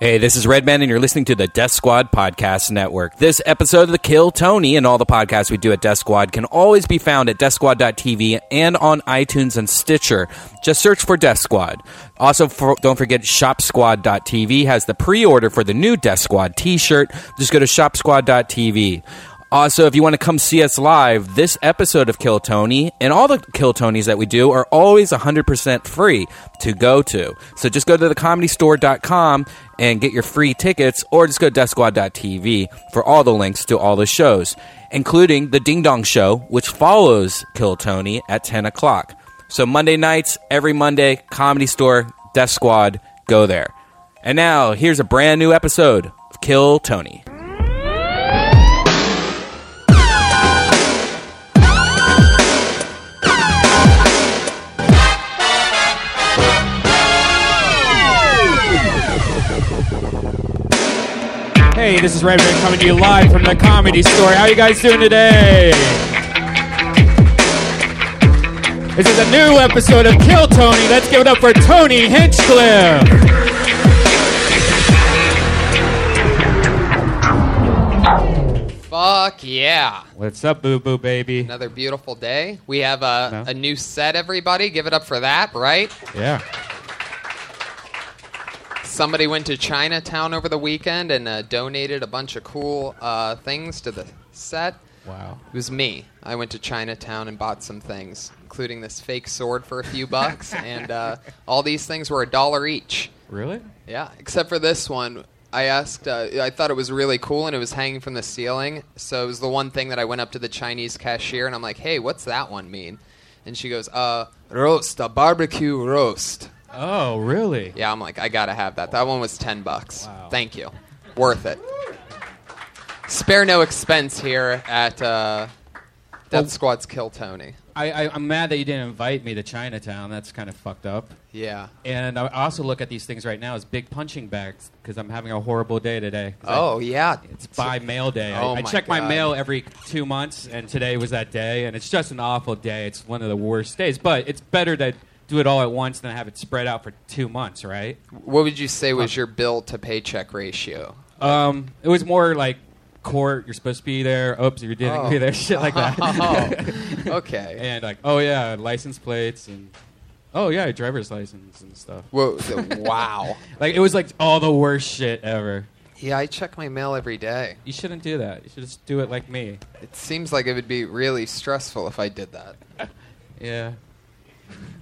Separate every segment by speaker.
Speaker 1: Hey, this is Redman, and you're listening to the Death Squad Podcast Network. This episode of the Kill Tony and all the podcasts we do at Death Squad can always be found at deathsquad.tv and on iTunes and Stitcher. Just search for Death Squad. Also, for, don't forget shopsquad.tv has the pre-order for the new Death Squad t-shirt. Just go to shopsquad.tv. Also, Uh, if you want to come see us live, this episode of Kill Tony and all the Kill Tonys that we do are always 100% free to go to. So just go to thecomedystore.com and get your free tickets, or just go to deathsquad.tv for all the links to all the shows, including the Ding Dong Show, which follows Kill Tony at 10 o'clock. So Monday nights, every Monday, Comedy Store, Death Squad, go there. And now, here's a brand new episode of Kill Tony.
Speaker 2: Oh,
Speaker 3: Hey, this is Redman coming to you live from the Comedy Store. How you guys doing today? This is a new episode of Kill Tony. Let's give it up for Tony Hinchcliffe.
Speaker 4: Fuck yeah.
Speaker 3: What's up, boo boo baby?
Speaker 4: Another beautiful day. We have a,
Speaker 3: No.
Speaker 4: a new set, everybody. Give it up for that, right?
Speaker 3: Yeah.
Speaker 4: Somebody went to Chinatown over the weekend and uh, donated a bunch of cool uh, things to the set.
Speaker 3: Wow.
Speaker 4: It was me. I went to Chinatown and bought some things, including this fake sword for a few bucks. and uh, all these things were a dollar each.
Speaker 3: Really?
Speaker 4: Yeah, except for this one. I asked, uh, I thought it was really cool and it was hanging from the ceiling. So it was the one thing that I went up to the Chinese cashier and I'm like, hey, what's that one mean? And she goes, uh, roast, a barbecue roast.
Speaker 3: Oh, really?
Speaker 4: Yeah, I'm like, I gotta have that. That one was 10 bucks.
Speaker 3: Wow.
Speaker 4: Thank you. Worth it. Spare no expense here at uh, Death
Speaker 3: Well-
Speaker 4: Squad's Kill Tony.
Speaker 3: I, I, I'm mad that you didn't invite me to Chinatown. That's kind of fucked up.
Speaker 4: Yeah.
Speaker 3: And I also look at these things right now as big punching bags because I'm having a horrible day today. 'Cause I-
Speaker 4: Oh, yeah.
Speaker 3: It's by mail day. I-
Speaker 4: Oh
Speaker 3: I,
Speaker 4: my
Speaker 3: check my
Speaker 4: God.
Speaker 3: mail every two months, and today was that day. And it's just an awful day. It's one of the worst days, but it's better to do it all at once than have it spread out for two months, right?
Speaker 4: What would you say was your bill to paycheck ratio?
Speaker 3: Um, it was more like court. You're supposed to be there. Oops, you didn't
Speaker 4: Oh.
Speaker 3: be there. Shit like
Speaker 4: Oh,
Speaker 3: that.
Speaker 4: okay.
Speaker 3: and like, oh yeah, license plates and oh yeah, driver's license and stuff.
Speaker 4: Whoa, the- wow.
Speaker 3: Like it was like all the worst shit ever.
Speaker 4: Yeah, I check my mail every day.
Speaker 3: You shouldn't do that. You should just do it like me.
Speaker 4: It seems like it would be really stressful if I did that.
Speaker 3: Yeah.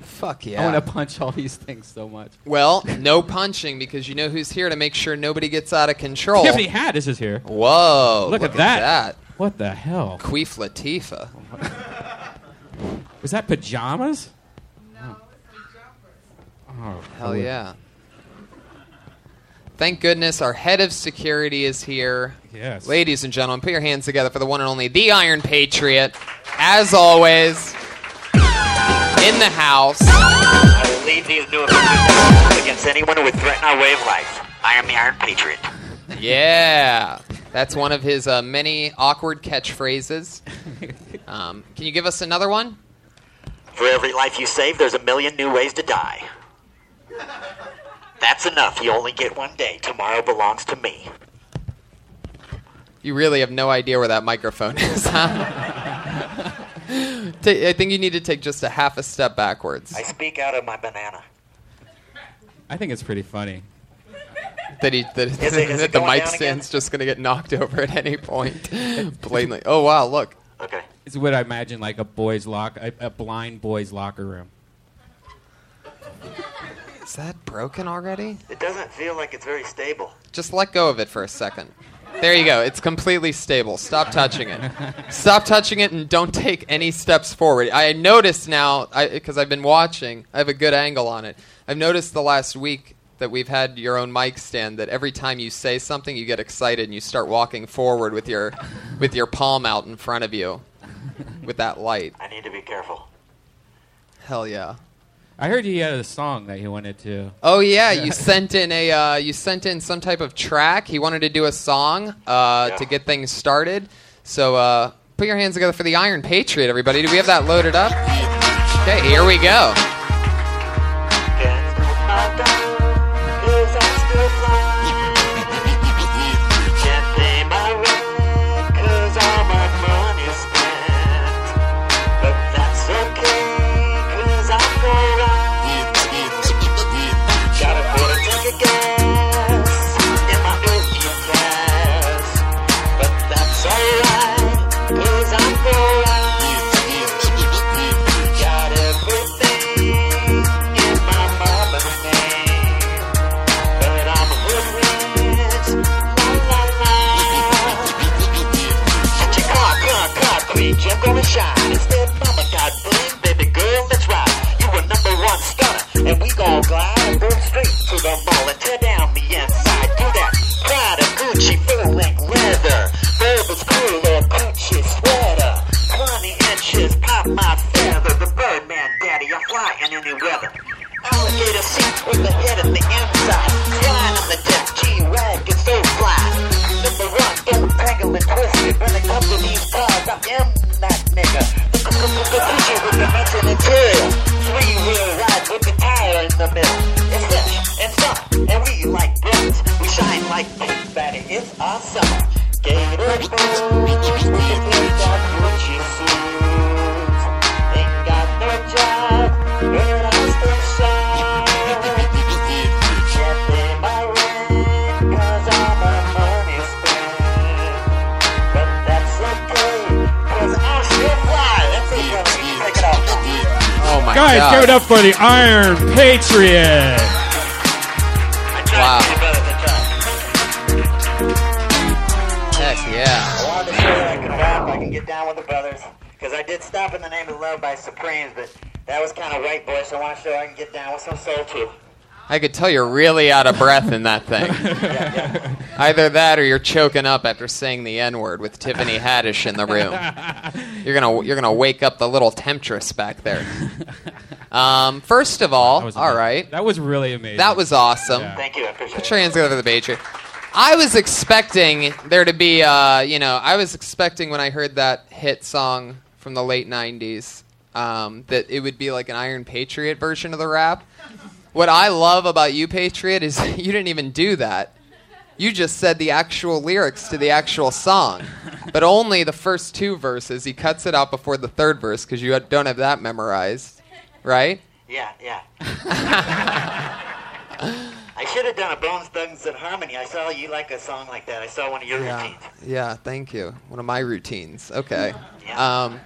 Speaker 4: Fuck
Speaker 3: I
Speaker 4: yeah.
Speaker 3: want to punch all these things so much.
Speaker 4: well, no punching because you know who's here to make sure nobody gets out of control.
Speaker 3: Tiffany Haddish is here.
Speaker 4: Whoa.
Speaker 3: Look, at, that. What the hell?
Speaker 4: that. Queef Latifah.
Speaker 3: Was that pajamas? No, it's
Speaker 4: Hell yeah. Thank goodness our head of security is here.
Speaker 3: Yes.
Speaker 4: Ladies and gentlemen, put your hands together for the one and only the Iron Patriot. As always, in the house.
Speaker 5: I will lead these new offensive against anyone who would threaten our way of life. I am the Iron Patriot.
Speaker 4: Yeah, that's one of his uh, many awkward catchphrases. Um, can you give us another one?
Speaker 5: For every life you save, there's a million new ways to die. That's enough. You only get one day. Tomorrow belongs to me.
Speaker 4: You really have no idea where that microphone is, huh? Ta- I think you need to take just a half a step backwards.
Speaker 5: I speak out of my banana.
Speaker 3: I think it's pretty funny.
Speaker 4: That he that,
Speaker 5: Is it- is
Speaker 4: that
Speaker 5: it
Speaker 4: the
Speaker 5: going
Speaker 4: mic
Speaker 5: down again?
Speaker 4: stand's just gonna get knocked over at any point, blatantly. Oh wow, look.
Speaker 5: Okay.
Speaker 3: It's what I imagine like a boys' lock, a, a blind boys' locker room.
Speaker 4: Is that broken already?
Speaker 5: It doesn't feel like it's very stable.
Speaker 4: Just let go of it for a second. There you go. It's completely stable. Stop touching it. Stop touching it and don't take any steps forward. I noticed now, because I've been watching, I have a good angle on it. I've noticed the last week that we've had your own mic stand that every time you say something, you get excited and you start walking forward with your, with your palm out in front of you with that light.
Speaker 5: I need to be careful.
Speaker 4: Hell yeah.
Speaker 3: I heard he had a song that he wanted to.
Speaker 4: Oh yeah, you sent in a uh, you sent in some type of track. He wanted to do a song uh,
Speaker 5: Yeah.
Speaker 4: to get things started. So uh, put your hands together for the Iron Patriot, everybody. Do we have that loaded up? Okay, here we go.
Speaker 5: Can't stop my dial, 'cause I still fly. I think that it is awesome. Gator boots, really got what she sees. Ain't got no job, but I still shine. Can't pay my rent, cause all my money's spent. But that's okay, cause I still fly. That's it, brother. Take it off.
Speaker 4: Oh my
Speaker 6: Guys,
Speaker 4: god.
Speaker 6: give it up for the Iron Patriot.
Speaker 5: I
Speaker 4: Wow.
Speaker 5: tried to do better than that.
Speaker 4: Heck yeah.
Speaker 5: I wanted to show that I could rap, I could get down with the brothers, because I did stop in the name of love by Supremes, but that was kind of white boy, so I want to show I can get down with some soul too.
Speaker 4: I could tell you're really out of breath in that thing. Either that or you're choking up after saying the N-word with Tiffany Haddish in the room. You're gonna you're gonna wake up the little temptress back there. Um, first of all,
Speaker 3: was
Speaker 4: all
Speaker 3: amazing.
Speaker 4: right.
Speaker 3: That was really amazing.
Speaker 4: That was awesome.
Speaker 3: Yeah.
Speaker 5: Thank you, I appreciate it.
Speaker 4: Trans over the Patriot. I was expecting there to be, uh, you know, I was expecting when I heard that hit song from the late '90s um, that it would be like an Iron Patriot version of the rap. What I love about you, Patriot, is you didn't even do that. You just said the actual lyrics to the actual song, but only the first two verses. He cuts it out before the third verse because you don't have that memorized, right?
Speaker 5: Yeah, yeah. I should have done a Bones Thugs and Harmony. I saw you like a song like that. I saw one of your
Speaker 4: Yeah,
Speaker 5: routines.
Speaker 4: yeah, thank you. One of my routines. Okay.
Speaker 5: Yeah.
Speaker 4: Um,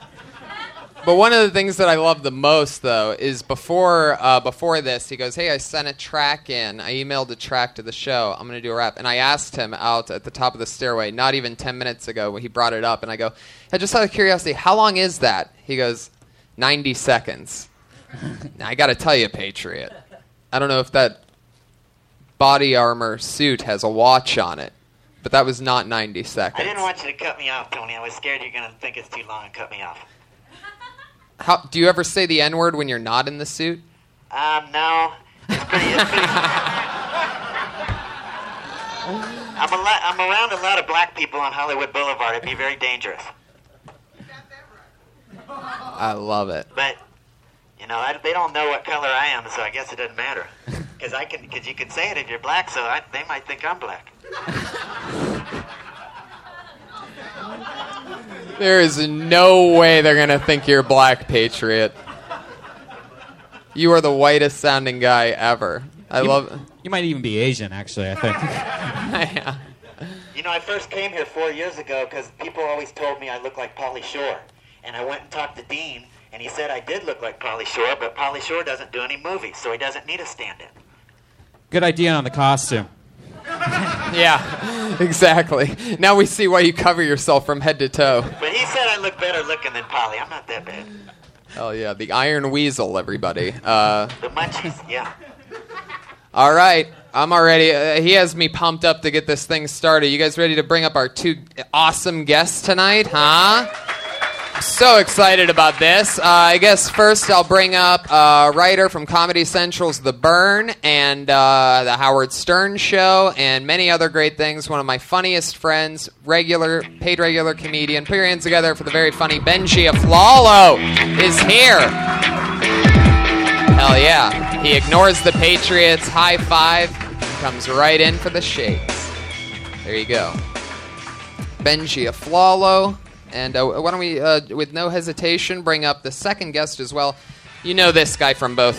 Speaker 4: but one of the things that I love the most, though, is before uh, before this, he goes, "Hey, I sent a track in. I emailed a track to the show. I'm gonna do a rap." And I asked him out at the top of the stairway, not even ten minutes ago, when he brought it up, and I go, "I just out of curiosity, how long is that?" He goes, 90 seconds." now, I gotta tell you, Patriot, I don't know if that body armor suit has a watch on it, but that was not 90 seconds.
Speaker 5: I didn't want you to cut me off, Tony. I was scared you're going to think it's too long and cut me off.
Speaker 4: How, do you ever say the N word when you're not in the suit?
Speaker 5: Um, no. It's pretty. It's pretty I'm, a lot, I'm around a lot of black people on Hollywood Boulevard. It'd be very dangerous.
Speaker 4: I love it.
Speaker 5: But, you know, I, they don't know what color I am, so I guess it doesn't matter. Because I can, because you can say it if you're black, so I, they might think I'm black.
Speaker 4: There is no way they're going to think you're black, Patriot. You are the whitest sounding guy ever. I love
Speaker 3: You might even be Asian, actually. I think.
Speaker 5: You know, I first came here four years ago because people always told me I looked like Polly Shore. And I went and talked to Dean, and he said I did look like Polly Shore, but Polly Shore doesn't do any movies, so he doesn't need a stand-in.
Speaker 3: Good idea on the costume.
Speaker 4: Yeah, exactly. Now we see why you cover yourself from head to toe.
Speaker 5: But he said I look better looking than Polly. I'm not that bad.
Speaker 4: Oh, yeah, the Iron Weasel, everybody. Uh,
Speaker 5: The munchies, yeah.
Speaker 4: all right, I'm already. Uh, he has me pumped up to get this thing started. You guys ready to bring up our two awesome guests tonight, huh? so excited about this. Uh, I guess first I'll bring up a writer from Comedy Central's The Burn and uh, The Howard Stern Show and many other great things. One of my funniest friends, regular, paid regular comedian. Put your hands together for the very funny Benji Aflalo is here. Hell yeah. He ignores the Patriots. High five. Comes right in for the shakes. There you go. Benji Aflalo. And uh, why don't we, uh, with no hesitation, bring up the second guest as well? You know this guy from both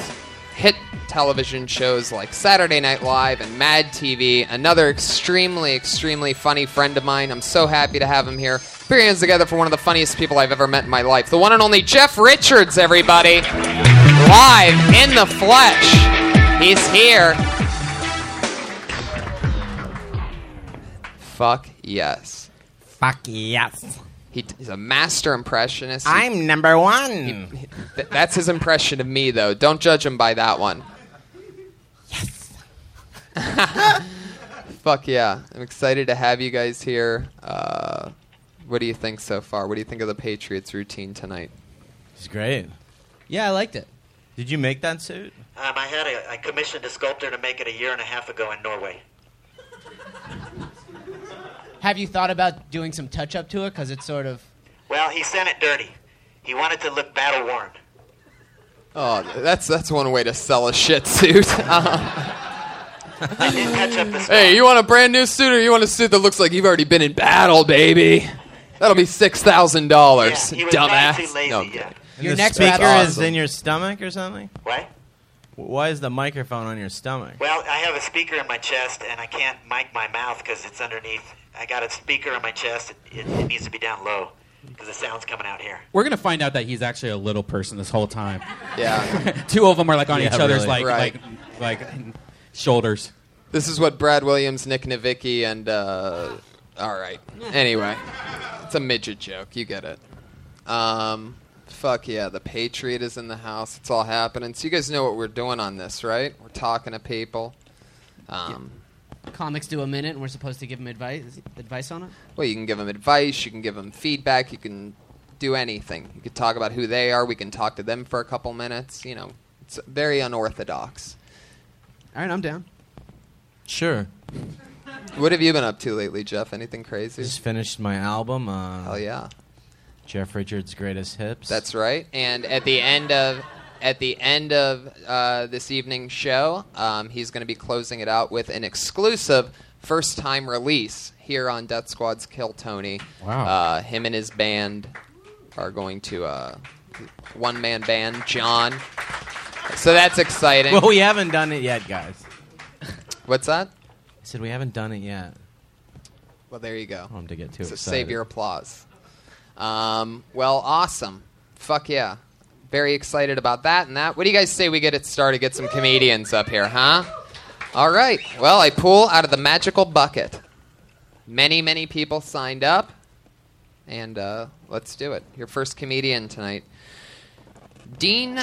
Speaker 4: hit television shows like Saturday Night Live and Mad TV. Another extremely, extremely funny friend of mine. I'm so happy to have him here. Put your hands together for one of the funniest people I've ever met in my life. The one and only Jeff Richards, everybody. Live in the flesh. He's here. Fuck yes.
Speaker 7: Fuck yes.
Speaker 4: He, t- he's a master impressionist. He-
Speaker 7: I'm number one.
Speaker 4: th- that's his impression of me, though. Don't judge him by that one. Yes. Fuck yeah! I'm excited to have you guys here. Uh, what do you think so far? What do you think of the Patriots routine tonight?
Speaker 8: It's great. Yeah, I liked it. Did you make that suit?
Speaker 5: Um, I had a, I commissioned a sculptor to make it a year and a half ago in Norway.
Speaker 9: Have you thought about doing some touch up to it? Because it's sort of.
Speaker 5: Well, he sent it dirty. He wanted to look battle worn.
Speaker 4: Oh, that's that's one way to sell a shit suit. Uh,
Speaker 5: I did touch up the score.
Speaker 4: Hey, you want a brand new suit or you want a suit that looks like you've already been in battle, baby? That'll be six thousand dollars,
Speaker 5: Yeah, he was
Speaker 4: dumbass.
Speaker 5: actually lazy,
Speaker 4: no,
Speaker 5: yeah.
Speaker 8: Your
Speaker 9: next
Speaker 8: speaker
Speaker 4: battle-
Speaker 8: is in your stomach or something.
Speaker 5: What?
Speaker 8: W- Why is the microphone on your stomach?
Speaker 5: Well, I have a speaker in my chest, and I can't mic my mouth because it's underneath. I got a speaker on my chest. It, it, it needs to be down low because the sound's coming out here.
Speaker 3: We're gonna find out that he's actually a little person this whole time.
Speaker 4: yeah.
Speaker 3: Two of them are like on
Speaker 8: Yeah,
Speaker 3: each other's
Speaker 8: really.
Speaker 3: like
Speaker 4: Right.
Speaker 3: like like shoulders.
Speaker 4: This is what Brad Williams, Nick Novicki, and uh, all right. Anyway, it's a midget joke. You get it. Um, fuck yeah, the Patriot is in the house. It's all happening. So you guys know what we're doing on this, right? We're talking to people. Um,
Speaker 9: Comics do a minute, and we're supposed to give them advice advice on it.
Speaker 4: Well, you can give them advice, you can give them feedback, you can do anything. You can talk about who they are, we can talk to them for a couple minutes. You know, it's very unorthodox.
Speaker 9: All right, I'm down.
Speaker 8: Sure.
Speaker 4: What have you been up to lately, Jeff? Anything crazy?
Speaker 8: Just finished my album. Uh,
Speaker 4: Hell yeah.
Speaker 8: Jeff Richards' greatest hits.
Speaker 4: That's right. And at the end of at the end of uh, this evening's show, um, he's going to be closing it out with an exclusive first time release here on Death Squad's Kill Tony.
Speaker 3: Wow.
Speaker 4: Uh, him and his band are going to uh, one man band John. So that's exciting.
Speaker 8: Well, we haven't done it yet, guys.
Speaker 4: What's that?
Speaker 8: I said we haven't done it yet.
Speaker 4: Well, there you go.
Speaker 8: I want 'em to get too
Speaker 4: So
Speaker 8: excited.
Speaker 4: save your applause. Um, well, awesome. Fuck yeah. Very excited about that and that. What do you guys say we get it started? Get some comedians up here, huh? All right. Well, I pull out of the magical bucket. Many, many people signed up. And uh, let's do it. Your first comedian tonight Dean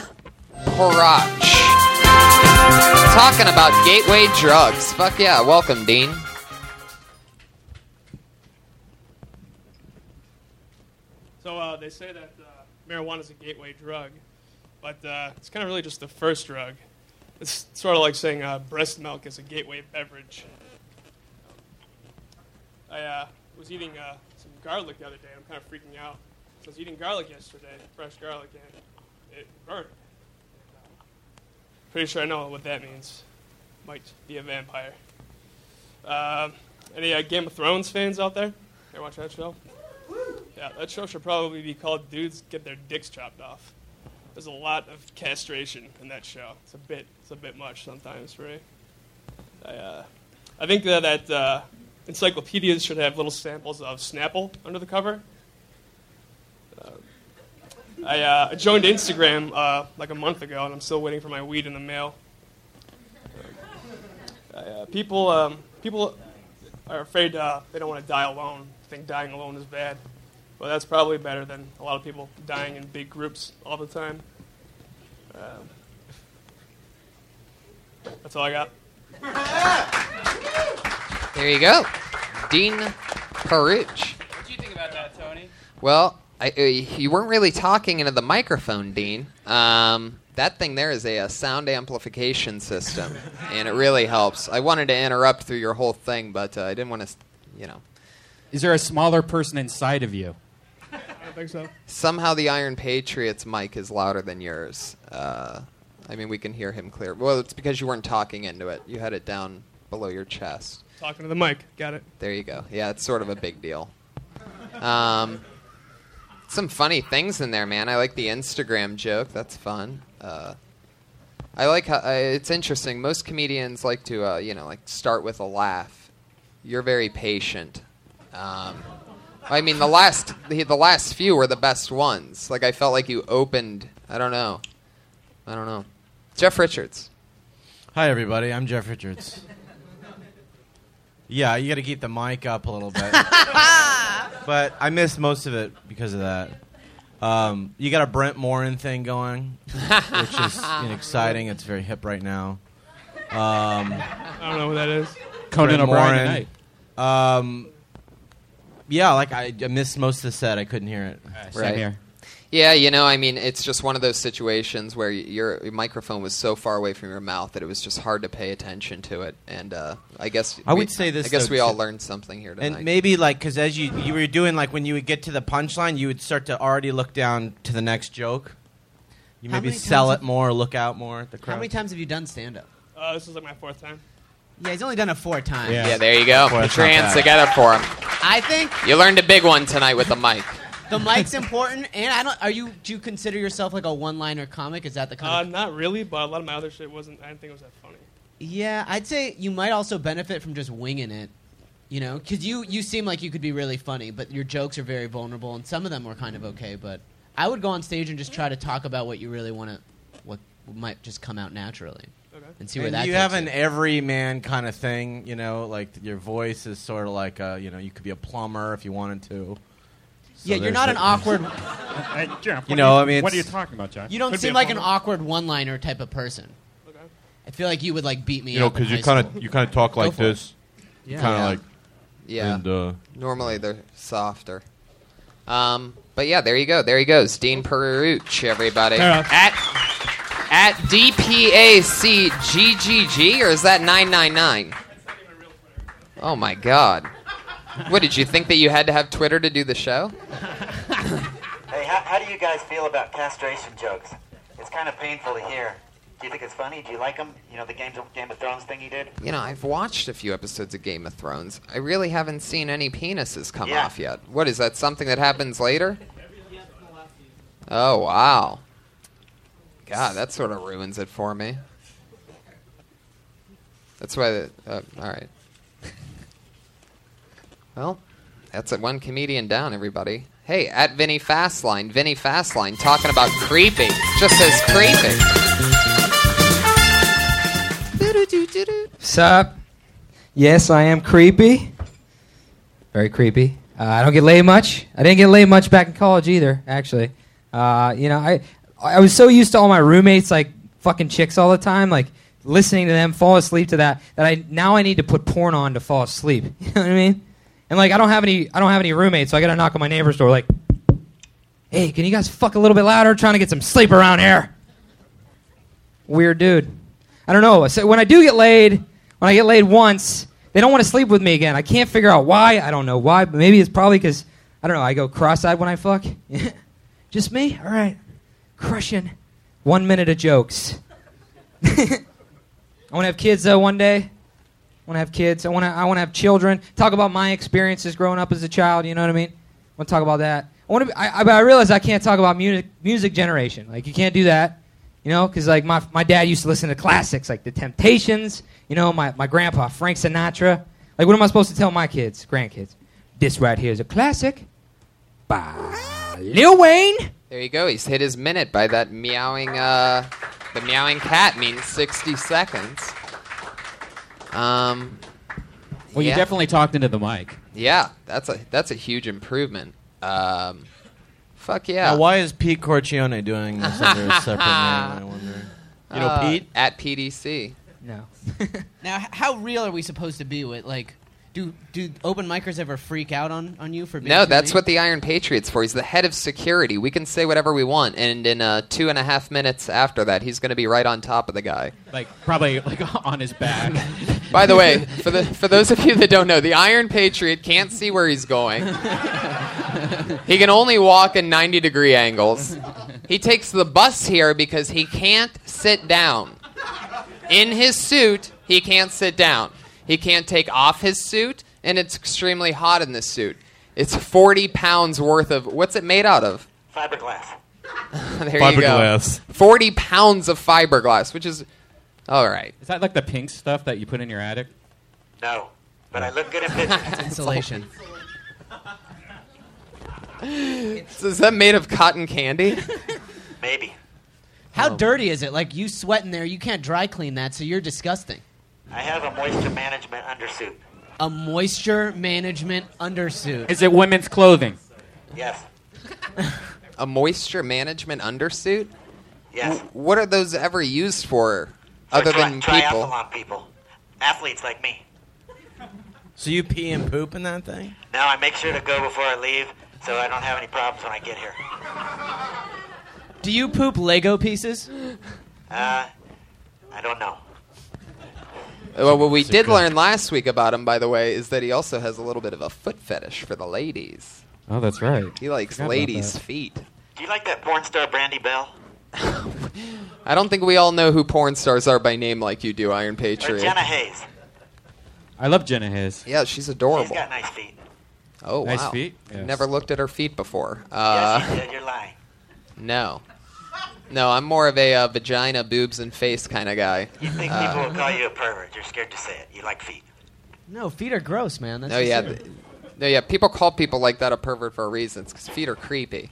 Speaker 4: Porach. Talking about gateway drugs. Fuck yeah. Welcome, Dean.
Speaker 10: So uh, they say that uh, marijuana is a gateway drug, but uh, it's kind of really just the first drug. It's sort of like saying uh, breast milk is a gateway beverage. I uh, was eating uh, some garlic the other day. and I'm kind of freaking out. So I was eating garlic yesterday, fresh garlic, and it burned. Pretty sure I know what that means. Might be a vampire. Um any uh, Game of Thrones fans out there? Here, watch that show. Yeah, that show should probably be called Dudes Get Their Dicks Chopped Off. There's a lot of castration in that show. It's a bit, it's a bit much sometimes for me. I, uh, I think that, that uh, encyclopedias should have little samples of Snapple under the cover. Uh, I, uh, I joined Instagram uh, like a month ago, and I'm still waiting for my weed in the mail. I, uh, people, um, people are afraid uh, they don't want to die alone. Think dying alone is bad. Well, that's probably better than a lot of people dying in big groups all the time. Um, that's all I got.
Speaker 4: There you go. Dean Peruch.
Speaker 3: What do you think about that, Tony?
Speaker 4: Well, I, uh, you weren't really talking into the microphone, Dean. Um, that thing there is a, uh sound amplification system, and it really helps. I wanted to interrupt through your whole thing, but uh, I didn't want to, you know.
Speaker 3: Is there a smaller person inside of you?
Speaker 10: I don't think so.
Speaker 4: Somehow the Iron Patriot's mic is louder than yours. Uh, I mean, we can hear him clear. Well, it's because you weren't talking into it. You had it down below your chest.
Speaker 10: Talking to the mic. Got it.
Speaker 4: There you go. Yeah, it's sort of a big deal. Um, some funny things in there, man. I like the Instagram joke. That's fun. Uh, I like how uh, it's interesting. Most comedians like to, uh, you know, like start with a laugh. You're very patient. Um, I mean, the last the, the last few were the best ones. Like I felt like you opened. I don't know. I don't know. Jeff Richards.
Speaker 8: Hi, everybody. I'm Jeff Richards. yeah, you got to keep the mic up a little bit. but I missed most of it because of that. Um, you got a Brent Morin thing going, which is you know, exciting. It's very hip right now. Um,
Speaker 10: I don't know who that is.
Speaker 3: Conan
Speaker 8: Brent
Speaker 3: O'Brien
Speaker 8: Morin.
Speaker 3: tonight.
Speaker 8: Um, yeah, like I, I missed most of the set. I couldn't hear it.
Speaker 3: same
Speaker 4: Right.
Speaker 3: here.
Speaker 4: Yeah, you know, I mean, it's just one of those situations where y- your, your microphone was so far away from your mouth that it was just hard to pay attention to it. And uh, I guess
Speaker 8: I
Speaker 4: we-
Speaker 8: would say this,
Speaker 4: I guess
Speaker 8: though,
Speaker 4: we all
Speaker 8: too.
Speaker 4: learned something here tonight.
Speaker 8: And maybe like because as you you were doing like when you would get to the punchline, you would start to already look down to the next joke. You
Speaker 9: How
Speaker 8: maybe
Speaker 9: many
Speaker 8: sell
Speaker 9: times
Speaker 8: it
Speaker 9: have-
Speaker 8: more, look out more at the crowd.
Speaker 9: How many times have you done stand up?
Speaker 10: Uh, this is like my fourth time.
Speaker 9: Yeah, he's only done it four times.
Speaker 4: Yeah, there you go.
Speaker 9: Boy,
Speaker 4: Put
Speaker 9: that's
Speaker 4: your
Speaker 9: not
Speaker 4: hands
Speaker 9: bad.
Speaker 4: together for him.
Speaker 9: I think
Speaker 4: You learned a big one tonight with the mic.
Speaker 9: the mic's important, and I don't. Are you? Do you consider yourself like a one-liner comic? Is that the
Speaker 11: Uh,
Speaker 9: kind? of,
Speaker 11: not really, but a lot of my other shit wasn't. I didn't think it was that funny.
Speaker 9: yeah, I'd say you might also benefit from just winging it. You know, because you you seem like you could be really funny, but your jokes are very vulnerable, and some of them were kind of okay. But I would go on stage and just try to talk about what you really want to, what might just come out naturally, and see where
Speaker 8: And
Speaker 9: that.
Speaker 8: you
Speaker 9: takes
Speaker 8: have
Speaker 9: you.
Speaker 8: an everyman kind of thing, you know, like your voice is sort of like uh, you know, you could be a plumber if you wanted to. So
Speaker 9: yeah, you're
Speaker 8: there's
Speaker 9: not
Speaker 8: the-
Speaker 9: an awkward.
Speaker 8: You know, I mean, it's-
Speaker 9: You don't seem like an awkward one-liner type of person. I feel like you would like beat me
Speaker 12: you know,
Speaker 9: because
Speaker 12: because you kind of you kind of talk like this,
Speaker 4: Yeah.
Speaker 12: kind of
Speaker 4: Yeah.
Speaker 12: like,
Speaker 4: Yeah.
Speaker 12: and uh,
Speaker 4: Normally they're softer. Um, but yeah, there you go. There he goes. Dean Peruch, everybody.
Speaker 13: Fair enough.
Speaker 4: At at DPACGGG, or is that 999? Oh my god. What did you think that you had to have Twitter to do the show?
Speaker 5: Hey, how, how do you guys feel about castration jokes? It's kind of painful to hear. Do you think it's funny? Do you like them? You know, the Games of, Game of Thrones thing you did?
Speaker 4: You know, I've watched a few episodes of Game of Thrones. I really haven't seen any penises come
Speaker 5: Yeah.
Speaker 4: off yet. What is that? Something that happens later? Oh wow. God, that sort of ruins it for me. That's why. The, uh, all right. well, that's it. One comedian down, everybody. Hey, at Vinny Fastline, Vinny Fastline, talking about creepy. Just says creepy.
Speaker 14: Sup? Yes, I am creepy. Very creepy. Uh, I don't get laid much. I didn't get laid much back in college either, actually. Uh, you know, I I was so used to all my roommates like fucking chicks all the time, like listening to them fall asleep to that that I now I need to put porn on to fall asleep. You know what I mean? And like I don't have any I don't have any roommates, so I got to knock on my neighbor's door like, "Hey, can you guys fuck a little bit louder? Trying to get some sleep around here." weird dude. I don't know. So when I do get laid, when I get laid once, they don't want to sleep with me again. I can't figure out why. I don't know why, but maybe it's probably because I don't know. I go cross-eyed when I fuck. Just me. All right, crushing. One minute of jokes. I want to have kids though one day. I want to have kids. I want to. I want to have children. Talk about my experiences growing up as a child. You know what I mean? I want to talk about that. I want to. I, I, but I realize I can't talk about music. Music generation. Like you can't do that. You know, because like my my dad used to listen to classics like The Temptations. You know, my my grandpa Frank Sinatra. Like what am I supposed to tell my kids, grandkids? This right here is a classic. By Lil Wayne.
Speaker 4: There you go. He's hit his minute by that meowing. Uh, the meowing cat means 60 seconds. Um,
Speaker 3: Well, you
Speaker 4: Yeah.
Speaker 3: definitely talked into the mic.
Speaker 4: yeah, that's a that's a huge improvement. Um, fuck yeah.
Speaker 8: Now, why is Pete Corcione doing this under a separate name? I wonder. You know,
Speaker 4: Uh,
Speaker 8: Pete.
Speaker 4: at PDC.
Speaker 14: No.
Speaker 9: Now, h- how real are we supposed to be with like? Do do open micers ever freak out on, on you for being?
Speaker 4: No,
Speaker 9: too
Speaker 4: that's
Speaker 9: mean?
Speaker 4: what the Iron Patriot's for. He's the head of security. We can say whatever we want, and in uh, two and a half minutes after that, he's going to be right on top of the guy.
Speaker 3: Like probably like on his back.
Speaker 4: By the way, for the for those of you that don't know, the Iron Patriot can't see where he's going. He can only walk in 90 degree angles. He takes the bus here because he can't sit down. In his suit, he can't sit down. He can't take off his suit, and it's extremely hot in this suit. It's 40 pounds worth of what's it made out of?
Speaker 5: Fiberglass.
Speaker 4: there you go.
Speaker 3: Fiberglass.
Speaker 4: 40 pounds of fiberglass, which is all right.
Speaker 3: Is that like the pink stuff that you put in your attic?
Speaker 5: No. But I look good in pictures.
Speaker 9: insulation.
Speaker 4: So is that made of cotton candy?
Speaker 5: Maybe.
Speaker 9: How
Speaker 8: Oh.
Speaker 9: dirty is it? Like you sweat in there, you can't dry clean that, so you're disgusting.
Speaker 5: I have a moisture management undersuit.
Speaker 9: A moisture management undersuit.
Speaker 3: Is it women's clothing?
Speaker 5: Yes.
Speaker 4: A moisture management undersuit?
Speaker 5: Yes.
Speaker 4: W- what are those ever used for
Speaker 5: For
Speaker 4: other
Speaker 5: tri-
Speaker 4: than people?
Speaker 5: triathlon people. Athletes like me.
Speaker 8: So you pee and poop in that thing?
Speaker 5: Now I make sure to go before I leave so I don't have any problems when I get here.
Speaker 9: Do you poop Lego pieces?
Speaker 5: Uh, I don't know.
Speaker 4: Well, what we
Speaker 5: It's a
Speaker 4: did
Speaker 5: good-
Speaker 4: learn last week about him, by the way, is that he also has a little bit of a foot fetish for the ladies.
Speaker 3: Oh, that's right.
Speaker 4: He likes
Speaker 3: Forgot about
Speaker 4: ladies'
Speaker 3: that.
Speaker 4: feet.
Speaker 5: Do you like that porn star Brandy Bell?
Speaker 4: I don't think we all know who porn stars are by name like you do, Iron
Speaker 5: Or
Speaker 4: Patriot.
Speaker 5: Jenna Hayes?
Speaker 3: I love Jenna Hayes.
Speaker 4: Yeah, she's adorable.
Speaker 5: She's got nice feet.
Speaker 4: Oh,
Speaker 3: Nice
Speaker 4: wow.
Speaker 3: feet?
Speaker 4: I've
Speaker 3: Yes.
Speaker 4: never looked at her feet before. Uh,
Speaker 5: Yes, you did. You're lying.
Speaker 4: No. No, I'm more of a uh, vagina, boobs, and face kind of guy.
Speaker 5: You think
Speaker 4: Uh,
Speaker 5: people will call you a pervert? You're scared to say it. You like feet.
Speaker 9: No, feet are gross, man. That's
Speaker 4: no,
Speaker 9: just
Speaker 4: Oh, yeah,
Speaker 9: it.
Speaker 4: th- no, yeah. People call people like that a pervert for reasons because feet are creepy.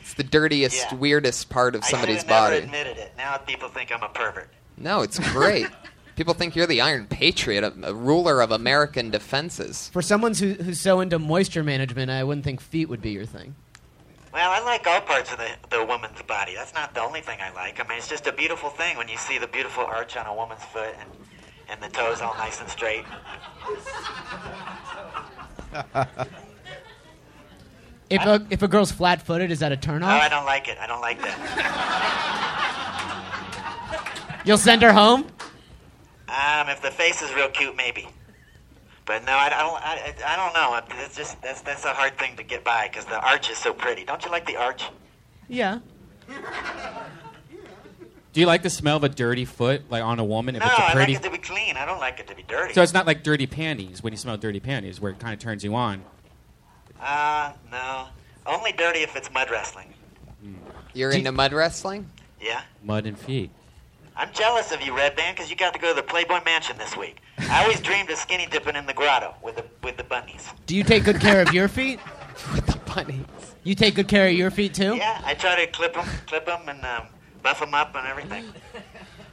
Speaker 4: It's the dirtiest, weirdest part of somebody's
Speaker 5: I should have never
Speaker 4: body.
Speaker 5: admitted it. Now people think I'm a pervert.
Speaker 4: No, it's great. people think you're the Iron Patriot, a, a ruler of American defenses.
Speaker 9: For someone who, who's so into moisture management, I wouldn't think feet would be your thing.
Speaker 5: Well, I like all parts of the, the woman's body. That's not the only thing I like. I mean, it's just a beautiful thing when you see the beautiful arch on a woman's foot and, and the toes all nice and straight.
Speaker 9: If a if a girl's flat footed, is that a
Speaker 5: No, I
Speaker 9: turnoff?
Speaker 5: don't like it. I don't like that.
Speaker 9: You'll send her home.
Speaker 5: Um, if the face is real cute, maybe. But no, I, I don't. I, I I don't know. It's just that's that's a hard thing to get by because the arch is so pretty. Don't you like the arch?
Speaker 9: Yeah.
Speaker 3: Do you like the smell of a dirty foot, like on a woman? If
Speaker 5: no,
Speaker 3: it's a
Speaker 5: I like
Speaker 3: pretty,
Speaker 5: it to be clean. I don't like it to be dirty.
Speaker 3: so it's not like dirty panties. When you smell dirty panties, where it kind of turns you on.
Speaker 5: Ah, no. Only dirty if it's mud wrestling.
Speaker 4: You're into mud wrestling?
Speaker 5: Yeah.
Speaker 3: Mud and feet.
Speaker 5: I'm jealous of you, Red Band, because you got to go to the Playboy Mansion this week. I always dreamed of skinny dipping in the grotto with the with the bunnies.
Speaker 9: Do you take good care of your feet? You take good care of your feet too.
Speaker 5: Yeah, I try to clip them, clip them, and um, buff them up and everything.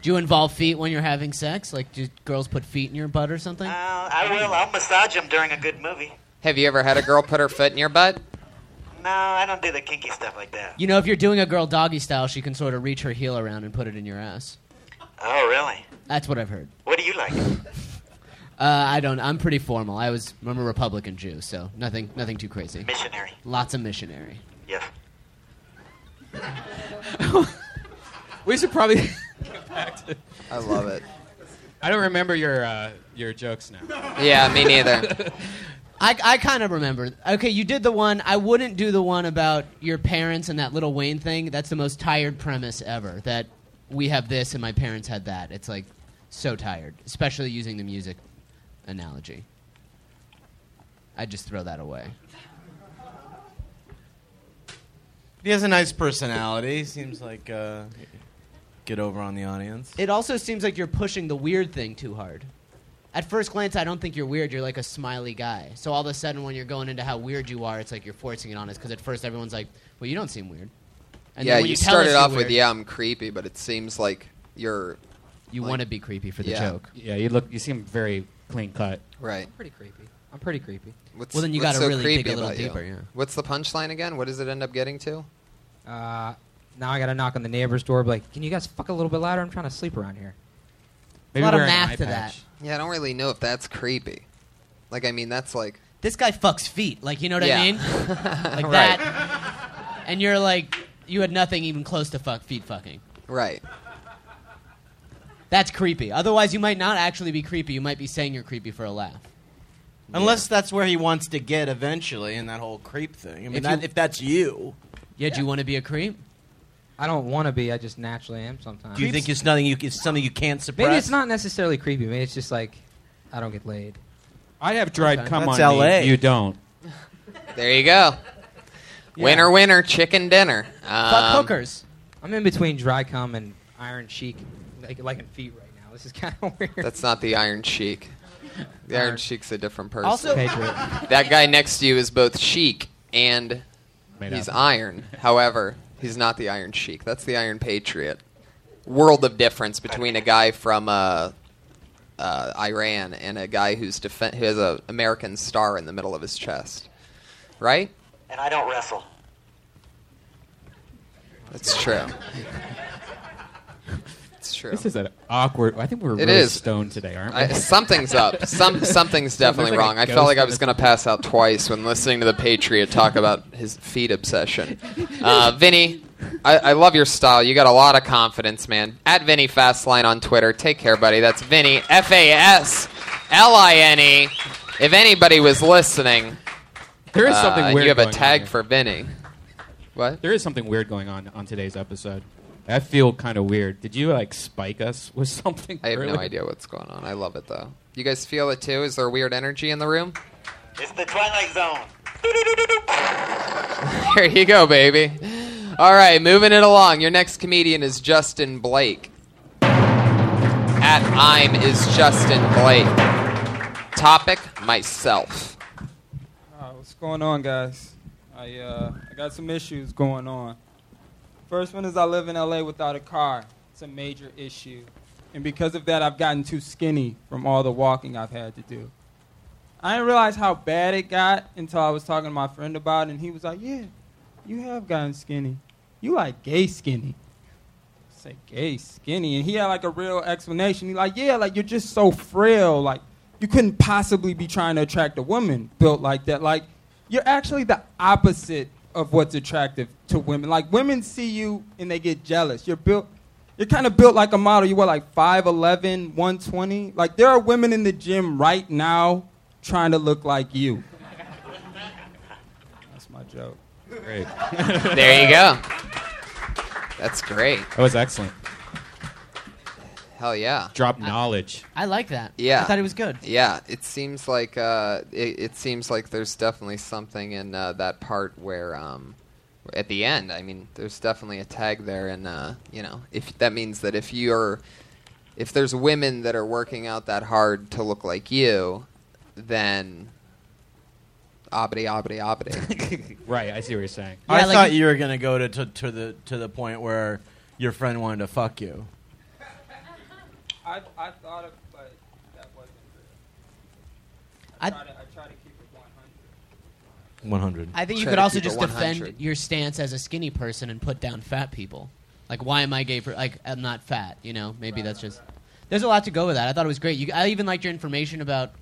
Speaker 9: Do you involve feet when you're having sex? Like, do girls put feet in your butt or something?
Speaker 5: Uh, I will. I'll massage them during a good movie.
Speaker 4: Have you ever had a girl put her foot in your butt?
Speaker 5: No, I don't do the kinky stuff like that.
Speaker 9: You know, if you're doing a girl doggy style, she can sort of reach her heel around and put it in your ass.
Speaker 5: Oh, really?
Speaker 9: That's what I've heard.
Speaker 5: What do you like?
Speaker 9: Uh, I don't. I'm pretty formal. I was. I'm a Republican Jew, so nothing. Nothing too crazy.
Speaker 5: Missionary.
Speaker 9: Lots of missionary.
Speaker 5: Yes.
Speaker 3: We should probably.
Speaker 4: I love it.
Speaker 3: I don't remember your uh, your jokes now.
Speaker 4: Yeah, me neither.
Speaker 9: I, I kind of remember. Okay, you did the one. I wouldn't do the one about your parents and that little Wayne thing. That's the most tired premise ever. That we have this and my parents had that. It's like so tired, especially using the music analogy. I just throw that away.
Speaker 8: He has a nice personality. Seems like uh, get over on the audience.
Speaker 9: It also seems like you're pushing the weird thing too hard. At first glance, I don't think you're weird. You're like a smiley guy. So all of a sudden, when you're going into how weird you are, it's like you're forcing it on us. Because at first, everyone's like, "Well, you don't seem weird." then
Speaker 4: yeah,
Speaker 9: when
Speaker 4: you,
Speaker 9: tell us
Speaker 4: started
Speaker 9: you're
Speaker 4: off
Speaker 9: weird-
Speaker 4: with yeah, I'm creepy, but it seems like you're.
Speaker 9: You
Speaker 4: like-
Speaker 9: want to be creepy for the
Speaker 4: Yeah.
Speaker 9: joke.
Speaker 3: Yeah, you look. You seem very clean cut.
Speaker 4: Right.
Speaker 14: Pretty creepy. I'm pretty creepy.
Speaker 4: What's,
Speaker 9: Well, then you
Speaker 4: what's
Speaker 9: gotta
Speaker 4: so
Speaker 9: really dig a
Speaker 4: creepy
Speaker 9: little
Speaker 4: about you?
Speaker 9: deeper, yeah.
Speaker 4: What's the punchline again? What does it end up getting to?
Speaker 14: Uh, now I got to knock on the neighbor's door. Be like, can you guys fuck a little bit louder? I'm trying to sleep around here.
Speaker 3: Maybe
Speaker 9: lot of
Speaker 3: wearing an
Speaker 9: math
Speaker 3: eye
Speaker 9: to
Speaker 3: patch.
Speaker 4: Yeah, I don't really know if that's creepy. Like, I mean, that's like.
Speaker 9: This guy fucks feet. Like you know what
Speaker 4: Yeah.
Speaker 9: I mean? like
Speaker 4: Right.
Speaker 9: that. And you're like, you had nothing even close to fuck feet fucking.
Speaker 4: Right.
Speaker 9: That's creepy. Otherwise, you might not actually be creepy. You might be saying you're creepy for a laugh.
Speaker 8: Unless that's where he wants to get eventually in that whole creep thing. I mean,
Speaker 9: If
Speaker 8: if,
Speaker 9: you-
Speaker 8: that, if that's you,
Speaker 9: Yeah, do you want to be a creep?
Speaker 14: I don't want to be. I just naturally am sometimes.
Speaker 8: do you think it's nothing you it's something you can't suppress?
Speaker 14: Maybe it's not necessarily creepy. Maybe it's just like I don't get laid.
Speaker 3: I have dried
Speaker 14: Okay.
Speaker 3: cum
Speaker 8: That's
Speaker 3: on me.
Speaker 8: LA.
Speaker 3: You don't.
Speaker 4: There you go. Winner, winner, chicken dinner. Um,
Speaker 9: Fuck hookers.
Speaker 14: I'm in between dry cum and iron cheek, like like in feet right now. This is kind of weird.
Speaker 4: That's not the Iron Sheik. The Iron
Speaker 14: Iron-
Speaker 4: Sheik's a different person.
Speaker 9: Also,
Speaker 4: that guy next to you is both chic and
Speaker 3: Made
Speaker 4: he's
Speaker 3: up.
Speaker 4: iron. However, he's not the Iron Sheik. That's the Iron Patriot. World of difference between a guy from uh, uh, Iran and a guy who's defen- who has an American star in the middle of his chest. Right?
Speaker 5: And I don't wrestle.
Speaker 4: That's true. It's true.
Speaker 3: This is an awkward. I think we're
Speaker 4: It
Speaker 3: really
Speaker 4: is.
Speaker 3: stoned today, aren't we?
Speaker 4: I, something's up. Some something's definitely
Speaker 3: like a
Speaker 4: wrong. I
Speaker 3: ghost
Speaker 4: felt like I
Speaker 3: in
Speaker 4: was
Speaker 3: the-
Speaker 4: going to pass out twice when listening to the Patriot talk about his feet obsession. Uh, Vinny, I, I love your style. You got a lot of confidence, man. At Vinny Fastline on Twitter. Take care, buddy. That's Vinny F A S L I N E. If anybody was listening,
Speaker 3: There is something
Speaker 4: uh,
Speaker 3: weird
Speaker 4: You have a
Speaker 3: going on
Speaker 4: tag
Speaker 3: here.
Speaker 4: for Vinny. What?
Speaker 3: There is something weird going on on today's episode. I feel kind of weird. Did you like spike us with something?
Speaker 4: I have no
Speaker 3: earlier?
Speaker 4: idea what's going on. I love it though. You guys feel it too? Is there weird energy in the room?
Speaker 5: It's the Twilight Zone.
Speaker 4: there you go, baby. All right, moving it along. Your next comedian is Justin Blake. At I'm is Justin Blake. Topic myself.
Speaker 13: Uh, what's going on, guys? I uh, I got some issues going on. First one is I live in LA without a car. It's a major issue, and because of that, I've gotten too skinny from all the walking I've had to do. I didn't realize how bad it got until I was talking to my friend about it, and he was like, "Yeah, you have gotten skinny. You like gay skinny." I say gay skinny, and he had like a real explanation. He like, "Yeah, like you're just so frail. Like you couldn't possibly be trying to attract a woman built like that. Like you're actually the opposite of what's attractive to women. Like women see you and they get jealous. You're built you're kind of built like a model. You were like 5'11, 120. Like there are women in the gym right now trying to look like you. That's my joke.
Speaker 3: Great.
Speaker 4: There you go. That's great.
Speaker 3: That was excellent.
Speaker 4: Hell yeah.
Speaker 3: Drop knowledge.
Speaker 9: I like that.
Speaker 4: Yeah.
Speaker 9: I thought it was good.
Speaker 4: Yeah, it seems like uh, it, it seems like there's definitely something in uh, that part where um, at the end, I mean, there's definitely a tag there, and uh, you know, if that means that if you're if there's women that are working out that hard to look like you, then obity obity obity.
Speaker 3: right. I see what you're saying.
Speaker 8: I thought you were gonna go to, to to the to the point where your friend wanted to fuck you.
Speaker 13: I, I thought of, but that wasn't real. I,
Speaker 9: I-
Speaker 13: try to, I try to keep it 100.
Speaker 8: One hundred.
Speaker 9: I think you
Speaker 13: Try
Speaker 9: could
Speaker 13: to
Speaker 9: also
Speaker 13: keep it
Speaker 9: just
Speaker 13: 100.
Speaker 9: defend your stance as a skinny person and put down fat people. Like, why am I gay for? Like, I'm not fat. You know, maybe that's just. There's a lot to go with that. I thought it was great. You, I even liked your information about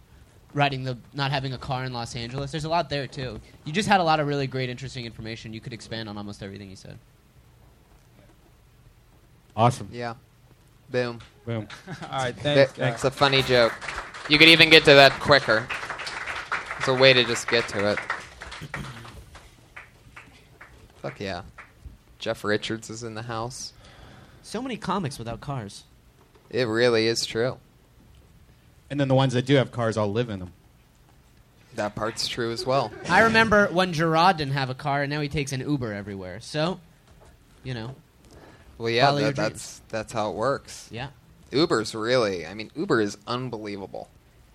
Speaker 9: riding the not having a car in Los Angeles. There's a lot there too. You just had a lot of really great, interesting information. You could expand on almost everything you said.
Speaker 3: Awesome.
Speaker 4: Yeah. Boom.
Speaker 3: Boom.
Speaker 13: All right, thanks, guys.
Speaker 4: It's a funny joke. You could even get to that quicker. It's a way to just get to it. Fuck yeah. Jeff Richards is in the house.
Speaker 9: So many comics without cars.
Speaker 4: It really is true.
Speaker 3: And then the ones that do have cars all live in them.
Speaker 4: That part's true as well.
Speaker 9: I remember when Gerard didn't have a car, and now he takes an Uber everywhere. So, you know,
Speaker 4: Well, yeah,
Speaker 9: Follow your
Speaker 4: that, that's that's how it works.
Speaker 9: Yeah.
Speaker 4: Uber's really. I mean, Uber is unbelievable.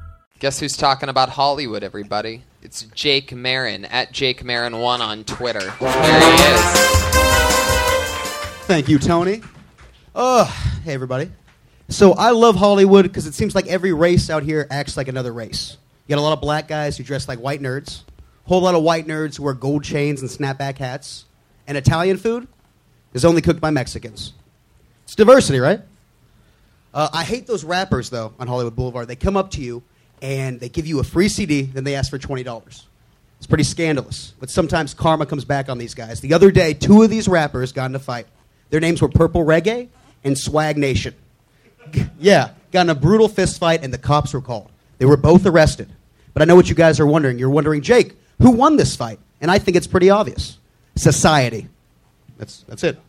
Speaker 4: Guess who's talking about Hollywood, everybody? It's Jake Marin at Jake Marin One on Twitter. There he is.
Speaker 15: Thank you, Tony. Oh, hey everybody. So I love Hollywood because it seems like every race out here acts like another race. You got a lot of black guys who dress like white nerds, whole lot of white nerds who wear gold chains and snapback hats, and Italian food is only cooked by Mexicans. It's diversity, right? Uh, I hate those rappers though on Hollywood Boulevard. They come up to you and they give you a free CD, then they ask for twenty dollars. It's pretty scandalous. But sometimes karma comes back on these guys. The other day, two of these rappers got in a fight. Their names were Purple Reggae and Swag Nation. yeah, got in a brutal fist fight, and the cops were called. They were both arrested. But I know what you guys are wondering. You're wondering, Jake, who won this fight? And I think it's pretty obvious. Society. That's, that's it.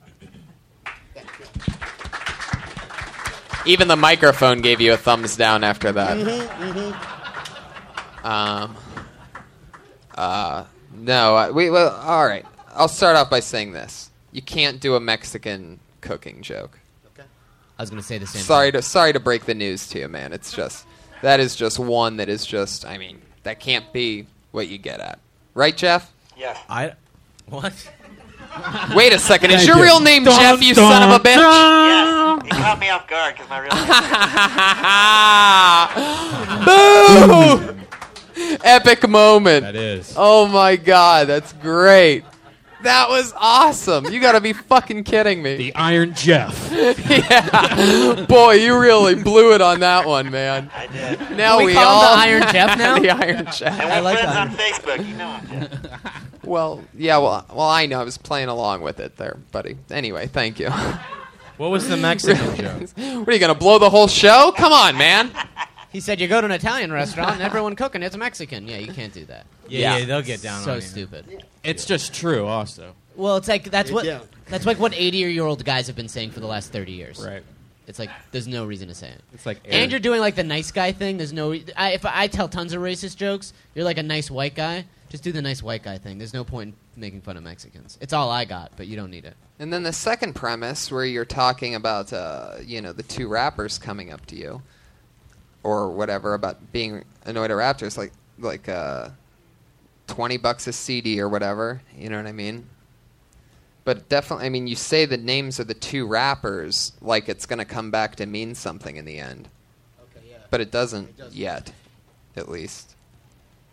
Speaker 4: Even the microphone gave you a thumbs down after
Speaker 11: Mm-hmm,
Speaker 4: that.
Speaker 15: Mhm, mhm.
Speaker 4: Um, uh, no, I, we well, all right. I'll start off by saying this: you can't do a Mexican cooking joke.
Speaker 9: I was going to say the same.
Speaker 4: sorry to sorry to break the news to you, man. It's just that is just one that is just. I mean, that can't be what you get at, right, Jeff?
Speaker 5: Yes.
Speaker 8: I what?
Speaker 4: Wait a second. Is
Speaker 8: Thank
Speaker 4: your
Speaker 8: you.
Speaker 4: real name
Speaker 8: Dun,
Speaker 4: Jeff? You
Speaker 8: dun,
Speaker 4: son of a bitch.
Speaker 5: Yes. He caught me off guard because my real name.
Speaker 4: Boo! Epic moment. That is. Oh my god, that's great. That was awesome. You gotta be fucking kidding me. The Iron Jeff. yeah. Boy, you really blew it on that one, man. I did. Now
Speaker 5: Can we
Speaker 4: we,
Speaker 5: call him
Speaker 4: all
Speaker 5: the Iron Jeff now?
Speaker 4: the Iron Jeff.
Speaker 5: And we're friends on Facebook. You know I'm Jeff.
Speaker 4: Well, yeah, well, well, I know. I was playing along with it there, buddy. Anyway, thank you.
Speaker 8: What was the Mexican joke?
Speaker 4: What are you gonna blow the whole show? Come on, man.
Speaker 9: He said, "You go to an Italian restaurant, and everyone cooking it's Mexican. Yeah, you can't do that.
Speaker 8: Yeah, yeah, they'll get down
Speaker 9: So
Speaker 8: on you.
Speaker 9: stupid.
Speaker 3: It's just true, also.
Speaker 9: Well, it's like that's what
Speaker 3: Yeah.
Speaker 9: that's like what eighty-year-old guys have been saying for the last thirty years. Right. It's like there's no reason to say it.
Speaker 3: It's like air.
Speaker 9: And you're doing like the nice guy thing. There's no. Re- I, if I tell tons of racist jokes, you're like a nice white guy. Just do the nice white guy thing. There's no point in making fun of Mexicans. It's all I got, but you don't need it.
Speaker 4: And then the second premise, where you're talking about, uh, you know, the two rappers coming up to you, or whatever, about being annoyed at Raptors, like like uh, twenty bucks a CD or whatever. You know what I mean? But definitely, I mean, you say the names of the two rappers like it's going to come back to mean something in the end. Okay, yeah. But it doesn't, yet, at least.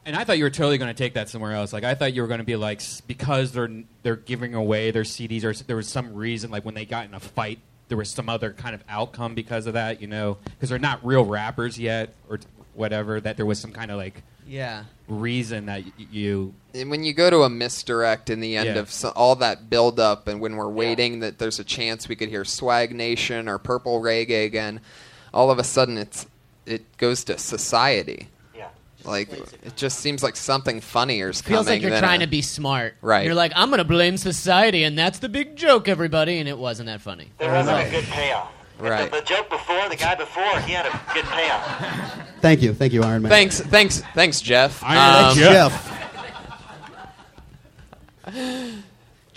Speaker 3: And I thought you were totally going to take that somewhere else. Like I thought you were going to be like s- because they're they're giving away their CDs or s- there was some reason like when they got in a fight there was some other kind of outcome because of that, you know, because they're not real rappers yet or t- whatever that there was some kind of like
Speaker 9: Yeah.
Speaker 3: reason that y- you
Speaker 4: And when you go to a misdirect in the end
Speaker 3: Yeah.
Speaker 4: of so, all that build up, and when we're waiting that there's a chance we could hear Swag Nation or Purple Reggae again, all of a sudden it's it goes to society. Yeah. Like it just seems like something funnier is coming.
Speaker 9: Feels like you're
Speaker 4: than
Speaker 9: trying
Speaker 4: a-
Speaker 9: to be smart.
Speaker 4: Right.
Speaker 9: You're like, I'm gonna blame society, and that's the big joke, everybody, and it wasn't that funny.
Speaker 5: There wasn't a good payoff.
Speaker 4: Right.
Speaker 5: The joke before, the guy before, he had a good payoff.
Speaker 15: Thank you, thank you, Iron Man.
Speaker 4: Thanks, thanks, thanks, Jeff. um,
Speaker 15: Iron Jeff.
Speaker 9: Jeffrey,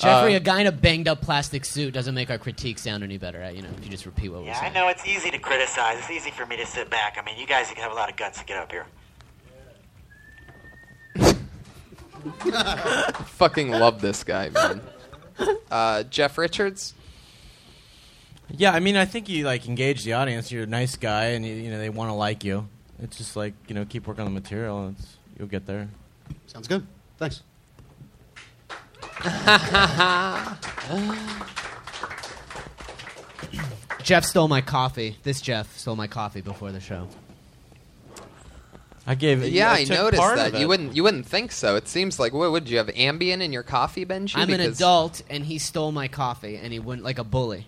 Speaker 4: Uh,
Speaker 9: a guy in a banged up plastic suit doesn't make our critique sound any better. You know, if you just repeat what we're
Speaker 5: Yeah, I
Speaker 9: saying.
Speaker 5: know it's easy to criticize. It's easy for me to sit back. I mean, you guys have a lot of guts to get up here.
Speaker 4: Fucking love this guy, man. Uh, Jeff Richards.
Speaker 8: Yeah, I mean, I think you like engage the audience. You're a nice guy, and you, you know they want to like you. It's just like you know, keep working on the material. And it's, you'll get there.
Speaker 15: Sounds good. Thanks.
Speaker 9: Uh. Jeff stole my coffee. This Jeff stole my coffee before the show.
Speaker 8: I gave
Speaker 4: Yeah, I noticed that. You wouldn't you wouldn't think so. It seems like what would you have Ambien in your coffee, Benji?
Speaker 9: I'm an
Speaker 4: Because-
Speaker 9: adult, and he stole my coffee, and he wouldn't like a bully.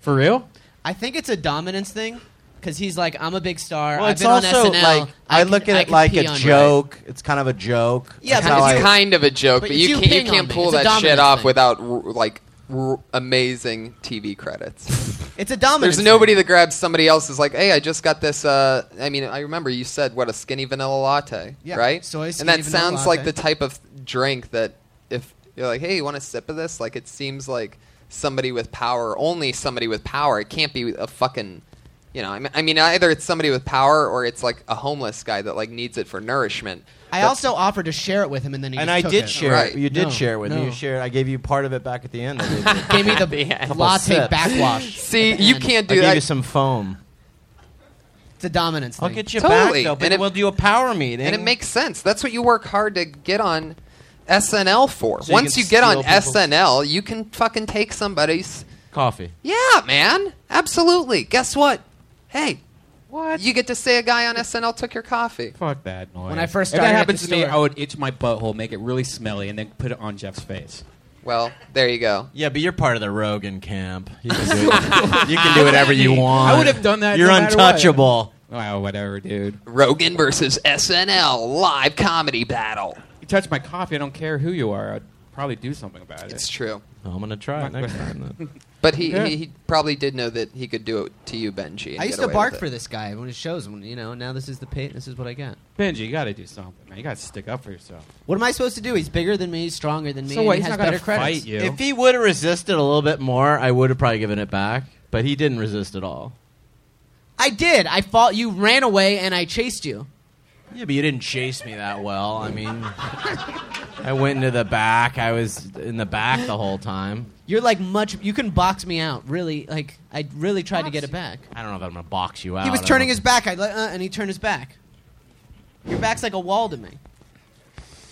Speaker 3: For real?
Speaker 9: I think it's a dominance thing, because he's like, I'm a big star.
Speaker 8: Well,
Speaker 9: I've
Speaker 8: it's
Speaker 9: been
Speaker 8: also
Speaker 9: on SNL.
Speaker 8: like I,
Speaker 9: can-
Speaker 8: look at
Speaker 9: I
Speaker 8: it
Speaker 9: can
Speaker 8: like
Speaker 9: pee
Speaker 8: a
Speaker 9: on you."
Speaker 8: joke. It's kind of a joke.
Speaker 9: Yeah,
Speaker 8: That's
Speaker 4: but
Speaker 8: how
Speaker 4: it's
Speaker 8: I-
Speaker 4: kind of a joke,
Speaker 9: But
Speaker 4: but,
Speaker 9: you
Speaker 4: you, can't,
Speaker 9: ping
Speaker 4: you
Speaker 9: on
Speaker 4: can't
Speaker 9: me.
Speaker 4: pull
Speaker 9: It's a
Speaker 4: that shit
Speaker 9: dominance
Speaker 4: off
Speaker 9: thing.
Speaker 4: without r- like r- amazing TV credits.
Speaker 9: It's a dominance
Speaker 4: There's nobody that grabs somebody else's like, "Hey, I just got this." Uh, I mean, I remember you said what a skinny vanilla latte,
Speaker 9: Yeah,
Speaker 4: right?
Speaker 9: soy
Speaker 4: and
Speaker 9: skinny
Speaker 4: that
Speaker 9: vanilla
Speaker 4: sounds like
Speaker 9: latte.
Speaker 4: the type of drink that if you're like, "Hey, you want a sip of this?" Like, it seems like somebody with power, only somebody with power. It can't be a fucking. You know, I mean- I mean, either it's somebody with power or it's like a homeless guy that like needs it for nourishment.
Speaker 9: I
Speaker 4: But-
Speaker 9: also offered to share it with him, and then he
Speaker 8: And
Speaker 9: just
Speaker 8: I
Speaker 9: took
Speaker 8: did
Speaker 9: it.
Speaker 8: share. it. You did share it with
Speaker 9: no.
Speaker 8: me. You shared. I gave you part of it back at the end. I gave you.
Speaker 9: Gave me the
Speaker 8: Couple
Speaker 9: latte
Speaker 8: sips.
Speaker 9: backwash.
Speaker 4: See,
Speaker 9: at the
Speaker 4: you
Speaker 9: end.
Speaker 4: can't
Speaker 8: I
Speaker 4: do
Speaker 8: gave
Speaker 4: that.
Speaker 8: you some foam.
Speaker 9: It's a dominance thing.
Speaker 8: I'll get you
Speaker 4: Totally.
Speaker 8: back though, but
Speaker 4: And it-
Speaker 8: will you a power meeting?
Speaker 4: And it makes sense. That's what you work hard to get on SNL for.
Speaker 8: So you
Speaker 4: Once
Speaker 8: can
Speaker 4: you, get on
Speaker 8: steal people's-
Speaker 4: SNL, you can fucking take somebody's.
Speaker 8: coffee.
Speaker 4: Yeah, man. Absolutely. Guess what? Hey. What? You get to say a guy on SNL took your coffee.
Speaker 3: Fuck that noise.
Speaker 4: When I first
Speaker 3: if
Speaker 4: started
Speaker 3: that
Speaker 4: at
Speaker 3: happens
Speaker 4: the
Speaker 3: to me,
Speaker 4: store-
Speaker 3: I would itch my butthole, make it really smelly, and then put it on Jeff's face.
Speaker 4: Well, there you go.
Speaker 8: Yeah, but you're part of the Rogan camp. You can do, it. You can do whatever you want.
Speaker 3: I would have done that.
Speaker 8: You're
Speaker 3: no matter what.
Speaker 8: untouchable.
Speaker 3: Wow, whatever, dude.
Speaker 4: Rogan versus SNL live comedy battle.
Speaker 3: You touch my coffee, I don't care who you are. I'd probably do something about it.
Speaker 4: It's true.
Speaker 8: I'm gonna try it next time. Then.
Speaker 4: But he,
Speaker 9: Yeah.
Speaker 4: he, he probably did know that he could do it to you, Benji. and
Speaker 9: I used
Speaker 4: get
Speaker 9: to
Speaker 4: away
Speaker 9: bark
Speaker 4: with it.
Speaker 9: for this guy when it shows. When you know, now this is the pay. This is what I get.
Speaker 3: Benji, you got to do something, man. You got to stick up for yourself.
Speaker 9: What am I supposed to do? He's bigger than me. He's stronger than me.
Speaker 3: So what,
Speaker 9: and
Speaker 3: he's
Speaker 9: he has
Speaker 3: not gonna
Speaker 9: better credits.
Speaker 3: fight you.
Speaker 8: If he would have resisted a little bit more, I would have probably given it back. But he didn't resist at all.
Speaker 9: I did. I fought you, ran away, and I chased you.
Speaker 8: Yeah, but you didn't chase me that well. I mean, I went into the back. I was in the back the whole time.
Speaker 9: You're like much. You can box me out. Really, like I really tried to get it back.
Speaker 8: I don't know if I'm gonna box you out.
Speaker 9: He was
Speaker 8: I
Speaker 9: turning
Speaker 8: don't-
Speaker 9: his back. I like, uh, and he turned his back. Your back's like a wall to me.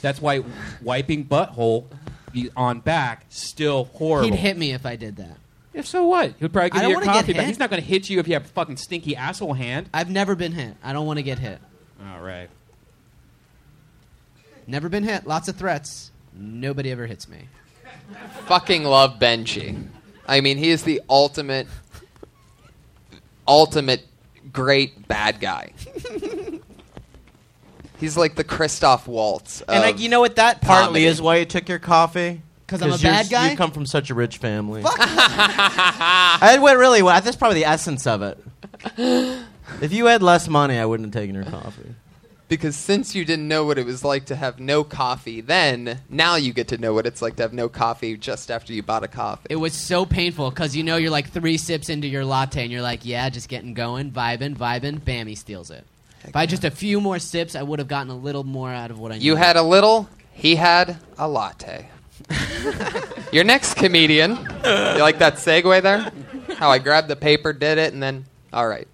Speaker 3: That's why wiping butthole be- on back still horrible.
Speaker 9: He'd hit me if I did that.
Speaker 3: If so, what? He'll probably
Speaker 9: I
Speaker 3: give
Speaker 9: don't
Speaker 3: you your
Speaker 9: wanna get
Speaker 3: coffee, but
Speaker 9: hit.
Speaker 3: he's not going to hit you if you have a fucking stinky asshole hand.
Speaker 9: I've never been hit. I don't want to get hit.
Speaker 3: All right.
Speaker 9: Never been hit. Lots of threats. Nobody ever hits me.
Speaker 4: fucking love Benji. I mean, he is the ultimate, ultimate great bad guy. He's like the Christoph Waltz.
Speaker 8: And
Speaker 4: of
Speaker 8: like, you know what? That partly
Speaker 4: comedy.
Speaker 8: is why you took your coffee.
Speaker 9: 'Cause I'm a
Speaker 8: you're-
Speaker 9: bad guy?
Speaker 8: You come from such a rich family. I went really well. That's probably the essence of it. If you had less money, I wouldn't have taken your coffee.
Speaker 4: Because since you didn't know what it was like to have no coffee then, now you get to know what it's like to have no coffee just after you bought a coffee.
Speaker 9: It was so painful because you know you're like three sips into your latte and you're like, yeah, just getting going, vibing, vibing. Bam, he steals it. By just a few more sips, I would have gotten a little more out of what I.
Speaker 4: You
Speaker 9: needed.
Speaker 4: had a little, he had a latte. Your next comedian. You like that segue there? How I grabbed the paper, did it, and then, all right.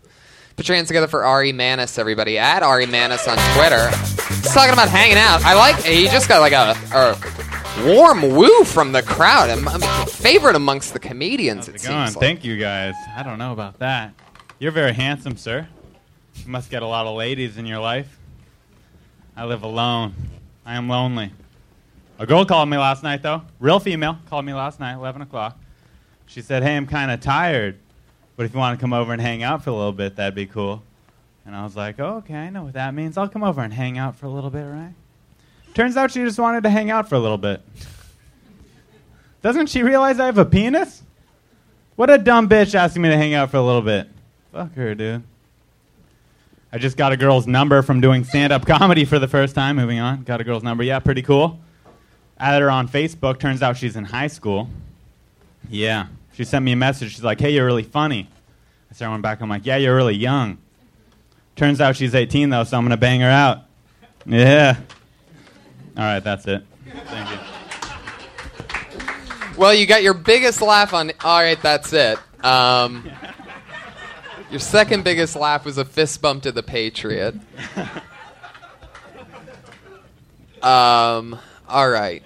Speaker 4: Put your hands together for Ari Manis, everybody. At Ari Manis on Twitter. He's talking about hanging out. I like, he just got like a, a warm woo from the crowd. I'm, I'm favorite amongst the comedians, it,
Speaker 16: How's it
Speaker 4: seems.
Speaker 16: going?
Speaker 4: like.
Speaker 16: Thank you guys. I don't know about that. You're very handsome, sir. You must get a lot of ladies in your life. I live alone. I am lonely. A girl called me last night, though. Real female called me last night, 11 o'clock. She said, Hey, I'm kind of tired, but if you want to come over and hang out for a little bit, that'd be cool. And I was like, oh, Okay, I know what that means. I'll come over and hang out for a little bit, right? Turns out she just wanted to hang out for a little bit. Doesn't she realize I have a penis? What a dumb bitch asking me to hang out for a little bit. Fuck her, dude. I just got a girl's number from doing stand up comedy for the first time. Moving on. Got a girl's number. Yeah, pretty cool. Added her on Facebook. Turns out she's in high school. Yeah. She sent me a message. She's like, hey, you're really funny. I sent one back. I'm like, yeah, you're really young. Turns out she's 18, though, so I'm going to bang her out. Yeah. All right, that's it. Thank you.
Speaker 4: Well, you got your biggest laugh on. All right, that's it. Um, your second biggest laugh was a fist bump to the Patriot. Um, all right.